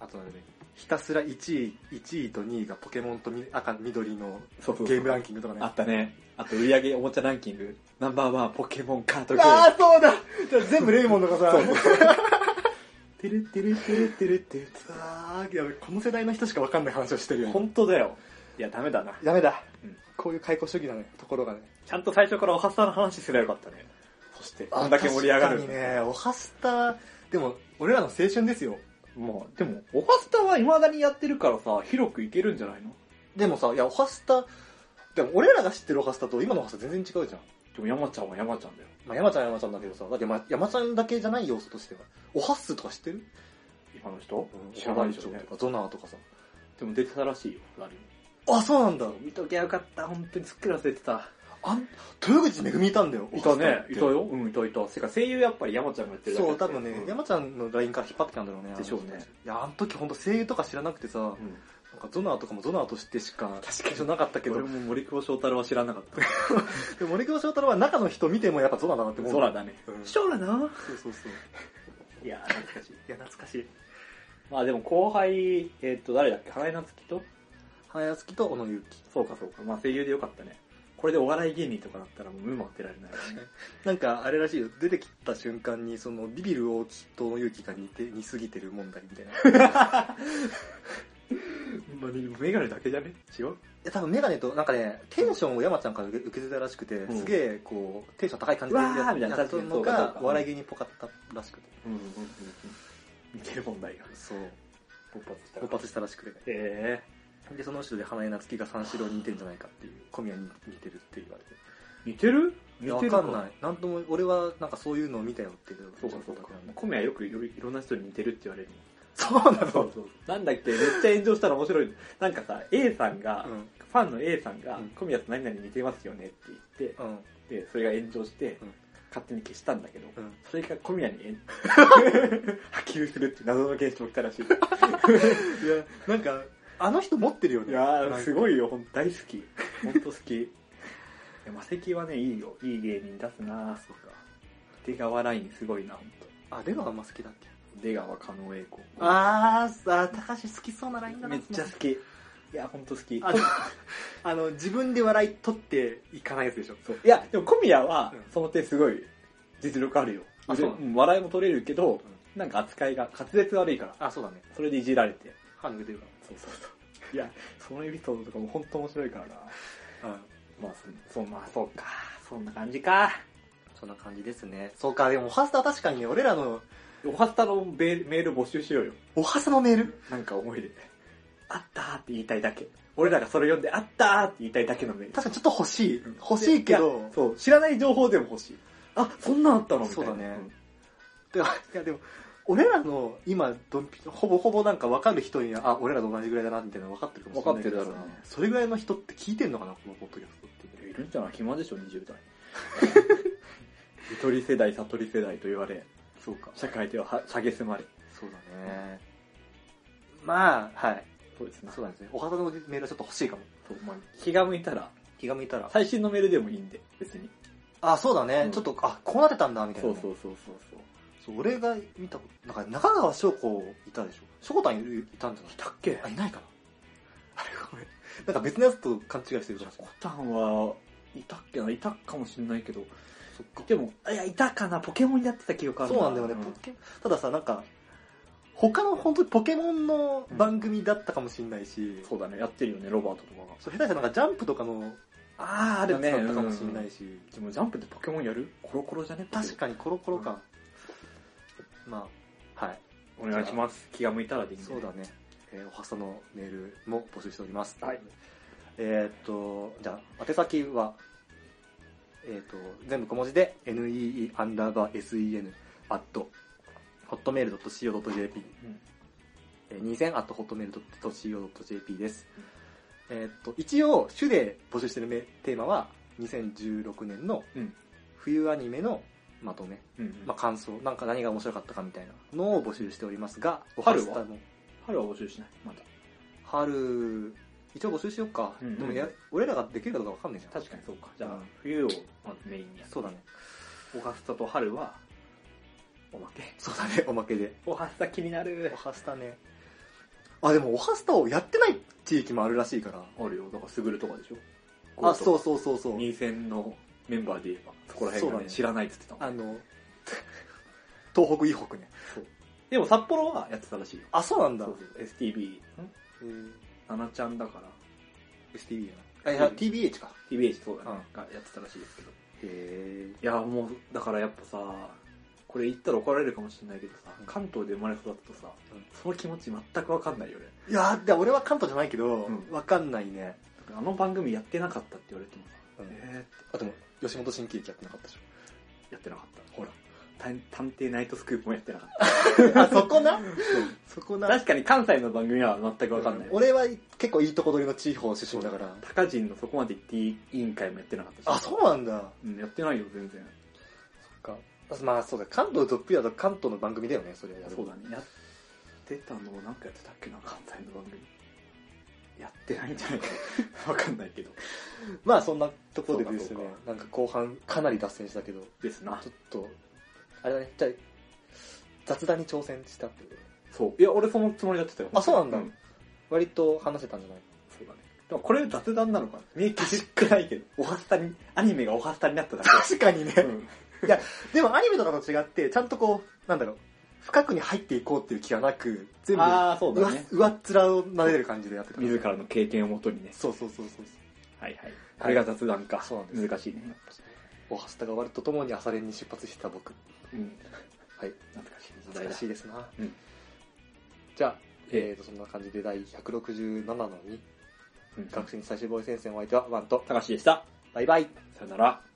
[SPEAKER 3] あとあれね、ひたすら1位、1位と2位がポケモンとみ赤、緑の
[SPEAKER 4] な。そうそう
[SPEAKER 3] ゲームラン
[SPEAKER 4] キ
[SPEAKER 3] キングとかね。
[SPEAKER 4] あったね。あと、売り上げおもちゃランキング。ナンバーワン、ポケモンカートゲーム。
[SPEAKER 3] あー、そうだじゃあ全部レイモンドがさ、
[SPEAKER 4] てるてるてるてるてる。
[SPEAKER 3] あー、やべ、この世代の人しかわかんない話をしてるよ、ね。
[SPEAKER 4] 本当だよ。いや、ダメだな。
[SPEAKER 3] ダメだ、
[SPEAKER 4] うん
[SPEAKER 3] こういう解雇主義だね、ところがね。
[SPEAKER 4] ちゃんと最初からおはさの話すればよかったね。そして、こんだけ盛り上がる。
[SPEAKER 3] 確かにね、おはスタ、でも、俺らの青春ですよ。
[SPEAKER 4] まあ、でも、オハスタは未だにやってるからさ、広くいけるんじゃないの
[SPEAKER 3] でもさ、いや、おはスタ、でも俺らが知ってるおはスタと今のおはスタ全然違うじゃん。
[SPEAKER 4] でも山ちゃんは山ちゃんだよ。
[SPEAKER 3] まあ、山ちゃんは山ちゃんだけどさ、だって、ま、山ちゃんだけじゃない要素としては、おはっすとか知ってる
[SPEAKER 4] 今の人
[SPEAKER 3] 知らないでしょ
[SPEAKER 4] ね
[SPEAKER 3] とか、ゾナーとかさ。
[SPEAKER 4] でも出てたらしいよ、ラリ
[SPEAKER 3] あ、そうなんだ。
[SPEAKER 4] ー。見ときゃよかった、本当にすっかり忘れてた。
[SPEAKER 3] あん、豊口めぐみいたんだよ。
[SPEAKER 4] いた
[SPEAKER 3] おは
[SPEAKER 4] ね
[SPEAKER 3] っ、す
[SPEAKER 4] い
[SPEAKER 3] って
[SPEAKER 4] たよ。うん、いたいた。てか声優やっぱり山ちゃんがやってるだけ
[SPEAKER 3] そ
[SPEAKER 4] だ
[SPEAKER 3] う、
[SPEAKER 4] った
[SPEAKER 3] 多
[SPEAKER 4] よ
[SPEAKER 3] 分ね、
[SPEAKER 4] うん
[SPEAKER 3] 山ちゃんの LINE から引っ張ってきたんだろうね。
[SPEAKER 4] でしょうね
[SPEAKER 3] あの人たちいや、あの時ほんと声優とか知らなくてさ、
[SPEAKER 4] うん
[SPEAKER 3] なんかゾナーとかもゾナーとしてしか、
[SPEAKER 4] 確かに
[SPEAKER 3] じゃなかったけ
[SPEAKER 4] 俺
[SPEAKER 3] ど、
[SPEAKER 4] も森久保翔太郎は知らなかった。
[SPEAKER 3] でも森久保翔太郎は中の人見てもやっぱゾナーだなって思う。
[SPEAKER 4] 空だね
[SPEAKER 3] う。ん
[SPEAKER 4] 空な
[SPEAKER 3] そうそうそう。い
[SPEAKER 4] いやー、懐かしい。
[SPEAKER 3] や、懐かしい。
[SPEAKER 4] まあでも後輩、えっと、誰だっけ花江夏樹と
[SPEAKER 3] 花屋敷と小野ゆき。
[SPEAKER 4] そうかそうか。まあ声優でよかったね。これでお笑い芸人とかだったらもう目も当てられないよね。
[SPEAKER 3] なんか、あれらしいよ。出てきた瞬間に、その、ビビる大木と小野ゆきが似て、似すぎてる問題みたい な。い
[SPEAKER 4] まあ、メガネだけじゃね違う
[SPEAKER 3] や、多分メガネと、なんかね、テンションを山ちゃんから受け受けてたらしくて、
[SPEAKER 4] ん
[SPEAKER 3] すげえ、こう、テンション高い感じで
[SPEAKER 4] うわーみたいな
[SPEAKER 3] やったの
[SPEAKER 4] 確かにそうかそう
[SPEAKER 3] が
[SPEAKER 4] か、
[SPEAKER 3] お笑い芸人っぽかったらしくて。
[SPEAKER 4] うんうんうんうん。似てる問題が。
[SPEAKER 3] そう。
[SPEAKER 4] 勃発した
[SPEAKER 3] 勃発したらしくて。
[SPEAKER 4] へえ
[SPEAKER 3] で、その後ろで花江夏樹が三四郎に似てるんじゃないかっていう、小宮に似てるって言われて。
[SPEAKER 4] 似てる
[SPEAKER 3] い
[SPEAKER 4] 似
[SPEAKER 3] やわ
[SPEAKER 4] てる
[SPEAKER 3] かんない。なんとも、俺はなんかそういうのを見たよっていう。
[SPEAKER 4] そうかそうか。コメはよくいろいろんな人に似てるって言われる
[SPEAKER 3] そうな
[SPEAKER 4] の。
[SPEAKER 3] の
[SPEAKER 4] そう。なんだっけめっちゃ炎上したら面白い。なんかさ、A さんが、
[SPEAKER 3] うん。
[SPEAKER 4] ファンの A さんが
[SPEAKER 3] うん、
[SPEAKER 4] 小宮と何々似てますよねって言っ
[SPEAKER 3] うん。
[SPEAKER 4] て、で、それが炎上して
[SPEAKER 3] うん、
[SPEAKER 4] 勝手に消したんだけど、
[SPEAKER 3] うん。
[SPEAKER 4] それが小 宮に炎波及するっていう謎の現象が来たらし い。
[SPEAKER 3] いや、なんか、あの人持ってるよね。
[SPEAKER 4] いやー、す
[SPEAKER 3] い。
[SPEAKER 4] ごいよ、ほんと大 好き。ほんと好き。いや、マセキはね、いいよ。いい芸人出すなそうか。出川ラインすごいな、ほんと。
[SPEAKER 3] あ、出川あんま好きだっけ
[SPEAKER 4] 出川加納英子。
[SPEAKER 3] あー、あ高橋好きそうなラインだな。
[SPEAKER 4] めっちゃ好き。いや、ほんと好き。
[SPEAKER 3] あ、でもあの、自分で笑い取っていかないやつでしょ。
[SPEAKER 4] そういや、でも小宮は
[SPEAKER 3] う、ん
[SPEAKER 4] その点すごい、実力あるよ。
[SPEAKER 3] あそう
[SPEAKER 4] うん笑いも取れるけど、なんか扱いが滑舌悪いから、
[SPEAKER 3] あ、そうだね。
[SPEAKER 4] それでいじられて。
[SPEAKER 3] 歯抜けてるか
[SPEAKER 4] そうそうそう。いや、そのエピソードとかもほんと面白いからな。
[SPEAKER 3] ら。うん。
[SPEAKER 4] まあ、そ、そまあ、そうか。そんな感じか。
[SPEAKER 3] そんな感じですね。そうか、でも、おはスタは確かにね、俺らの、
[SPEAKER 4] おはスタのメールメール募集しようよ。
[SPEAKER 3] おはスのメール
[SPEAKER 4] なんか思い出。あったーって言いたいだけ。俺らがそれ読んで、あったーって言いたいだけのメール。
[SPEAKER 3] 確かにちょっと欲しい
[SPEAKER 4] うん。
[SPEAKER 3] 欲しいけ
[SPEAKER 4] い
[SPEAKER 3] ど
[SPEAKER 4] や、そう、知らない情報でも欲しい。あ、そんなんあったのみたいな。
[SPEAKER 3] そうだねでもいやでも、俺らの今ドンピ、ほぼほぼなんか分かる人には、あ、俺らと同じぐらいだな、みたいなの分かってるかもしれないけどさ
[SPEAKER 4] 分かってるだろうね
[SPEAKER 3] それぐらいの人って聞いてんのかな、このポッドキャストって。
[SPEAKER 4] うんいるんじゃない暇でしょ、20代。ゆとり世代、悟り世代と言われ、
[SPEAKER 3] そうか。
[SPEAKER 4] 社会ではは下げすまれ。
[SPEAKER 3] そうだね。まあ、はい。
[SPEAKER 4] そうですね。
[SPEAKER 3] そ
[SPEAKER 4] そう
[SPEAKER 3] うなんですね。お肌のメールはちょっと欲しいかも。
[SPEAKER 4] まあ、気が向いたら、
[SPEAKER 3] 気が向いたら。
[SPEAKER 4] 最新のメールでもいいんで、別に。
[SPEAKER 3] あ、そうだね。
[SPEAKER 4] うん
[SPEAKER 3] ちょっと、あ、こうなってたんだ、みたいな
[SPEAKER 4] そ
[SPEAKER 3] ね、
[SPEAKER 4] うそうそうそうそう。
[SPEAKER 3] そう俺が見たこと、なんか中川翔子いたでしょ。翔子たんいるいたんじゃない
[SPEAKER 4] 来たっけ
[SPEAKER 3] あ、いないかな。あれ、ごめん。なんか別のやつと勘違いしてるかもしれ
[SPEAKER 4] コ
[SPEAKER 3] ない。
[SPEAKER 4] タンは、いたっけないたかもしれないけど、
[SPEAKER 3] そっか
[SPEAKER 4] でも、いや、いたかな、ポケモンやってた記憶ある
[SPEAKER 3] そうなんだよね。ポケたださ、なんか、他の本当にポケモンの番組だったかもしれないし、
[SPEAKER 4] そうだね、やってるよね、ロバートとかが。
[SPEAKER 3] そう下手したらなんかジャンプとかの
[SPEAKER 4] ああ、
[SPEAKER 3] や
[SPEAKER 4] ある
[SPEAKER 3] つ
[SPEAKER 4] ね。
[SPEAKER 3] だったかもしれないし、
[SPEAKER 4] でもジャンプでポケモンやるコロコロじゃね
[SPEAKER 3] 確かにコロコロか、まあはい
[SPEAKER 4] お願いします。気が向いたらでいいんで
[SPEAKER 3] そうだ。ね、えーおはさのメールも募集しております。
[SPEAKER 4] はい。
[SPEAKER 3] えーっと、じゃあ、宛先は、えーっと、全部小文字で、nee アンダーバー sen アット、hotmail.co.jp、
[SPEAKER 4] うん
[SPEAKER 3] えー、2000アット hotmail.co.jp です。えーっと、一応、主で募集してるメテーマは、2016年の
[SPEAKER 4] うん
[SPEAKER 3] 冬アニメのまとめ。
[SPEAKER 4] うんうん。
[SPEAKER 3] まあ、感想、なんか何が面白かったかみたいなのを募集しておりますが、
[SPEAKER 4] 春は
[SPEAKER 3] おスタも
[SPEAKER 4] 春は募集しない。まだ。
[SPEAKER 3] 春、一応募集しようか。
[SPEAKER 4] うん
[SPEAKER 3] でもや、俺らができるかどうかわかんないじゃん。
[SPEAKER 4] 確かにそうか。じゃ
[SPEAKER 3] う
[SPEAKER 4] あ
[SPEAKER 3] ん、
[SPEAKER 4] 冬をまずメインにやる
[SPEAKER 3] そうだね。。
[SPEAKER 4] オハスタと春は、おまけ。
[SPEAKER 3] そうだね、おまけで。
[SPEAKER 4] オハスタ気になる
[SPEAKER 3] お。はスタね。あ、でも、おはスタをやってない地域もあるらしいから。
[SPEAKER 4] あるよ。だから、スグルとかでしょ。。
[SPEAKER 3] あ、そううそうそうそう。
[SPEAKER 4] 二戦のメンバーで言えば、そこら辺
[SPEAKER 3] そう
[SPEAKER 4] が
[SPEAKER 3] だ
[SPEAKER 4] ね、
[SPEAKER 3] ね
[SPEAKER 4] 知らないって言ってたもん
[SPEAKER 3] あの、 東北、以北ね。
[SPEAKER 4] でも札幌はやってたらしいよ。
[SPEAKER 3] あ、そうなんだ
[SPEAKER 4] そう。そう。STB。ん
[SPEAKER 3] うん
[SPEAKER 4] ナナちゃんだから。
[SPEAKER 3] STB やな。あ、いや、TBH か。
[SPEAKER 4] TBH そうだね。
[SPEAKER 3] う
[SPEAKER 4] がやってたらしいですけど。
[SPEAKER 3] へ
[SPEAKER 4] いやもうだからやっぱさこれ言ったら怒られるかもしれないけどさ、
[SPEAKER 3] うん
[SPEAKER 4] 関東で生まれ育ったとさ、
[SPEAKER 3] うん
[SPEAKER 4] その気持ち全く分かんないよね
[SPEAKER 3] え。いや、で俺は関東じゃないけど
[SPEAKER 4] うん、
[SPEAKER 3] わかんないね。
[SPEAKER 4] だからあの番組やってなかったって言われてもさ、
[SPEAKER 3] うん
[SPEAKER 4] え
[SPEAKER 3] あ、でも、吉本新喜劇やってなかったでしょ。
[SPEAKER 4] ー、やってなかった
[SPEAKER 3] ほら。
[SPEAKER 4] た探偵ナイトスクープもやってなかっ
[SPEAKER 3] あ、 そこなそこ
[SPEAKER 4] た
[SPEAKER 3] な。
[SPEAKER 4] 確かに関西の番組は全く分かんない、
[SPEAKER 3] 俺は結構いいとこ取りの地方出身だから。
[SPEAKER 4] 高人のそこまで行っていい委員会もやってなかったし
[SPEAKER 3] あ、そうなんだ。
[SPEAKER 4] うん、やってないよ全然
[SPEAKER 3] か。まあそうだ、関東どっぷりだと関東の番組だよね、それはやる。
[SPEAKER 4] そうだねやってたのなんかやってたっけな関西の番組やってないんじゃないか分かん ないけど
[SPEAKER 3] まあそんなところでです
[SPEAKER 4] そう
[SPEAKER 3] ね
[SPEAKER 4] かそ
[SPEAKER 3] な
[SPEAKER 4] う、
[SPEAKER 3] んか後半かなり脱線したけど、
[SPEAKER 4] ですな
[SPEAKER 3] ちょっと、あれだね、じゃあ雑談に挑戦したってこと
[SPEAKER 4] そう。いや、俺そのつもりだってたよ。
[SPEAKER 3] あそうなんだ
[SPEAKER 4] そ
[SPEAKER 3] 割と話せたんじゃないう
[SPEAKER 4] だね。でもこれ雑談なのかな見えきじくないけど。おはスタに、アニメがおはスタになっただ
[SPEAKER 3] 確かにね
[SPEAKER 4] け。うん。
[SPEAKER 3] でもアニメとかと違って、ちゃんとこう、なんだろう、深くに入っていこうっていう気はなく、全部、
[SPEAKER 4] あー、そううだ
[SPEAKER 3] わ
[SPEAKER 4] ね。
[SPEAKER 3] 上っ面を撫でる感じでやってた。
[SPEAKER 4] 自らの経験をもとにね。
[SPEAKER 3] そうそうそうそう。
[SPEAKER 4] はいはい。これが雑談か。
[SPEAKER 3] そうなんです
[SPEAKER 4] 難しいね。
[SPEAKER 3] おはスタが終わるとともに朝練に出発してた僕。
[SPEAKER 4] うん。
[SPEAKER 3] はい。
[SPEAKER 4] 懐かしい時
[SPEAKER 3] 懐
[SPEAKER 4] 代だ
[SPEAKER 3] か。しいですな。
[SPEAKER 4] うん
[SPEAKER 3] じゃあ、えーと、そんな感じで第167の2、
[SPEAKER 4] うん
[SPEAKER 3] 学生に最終防衛戦線お相手はワンと、
[SPEAKER 4] 高橋でした。
[SPEAKER 3] バイバイ
[SPEAKER 4] さよなら。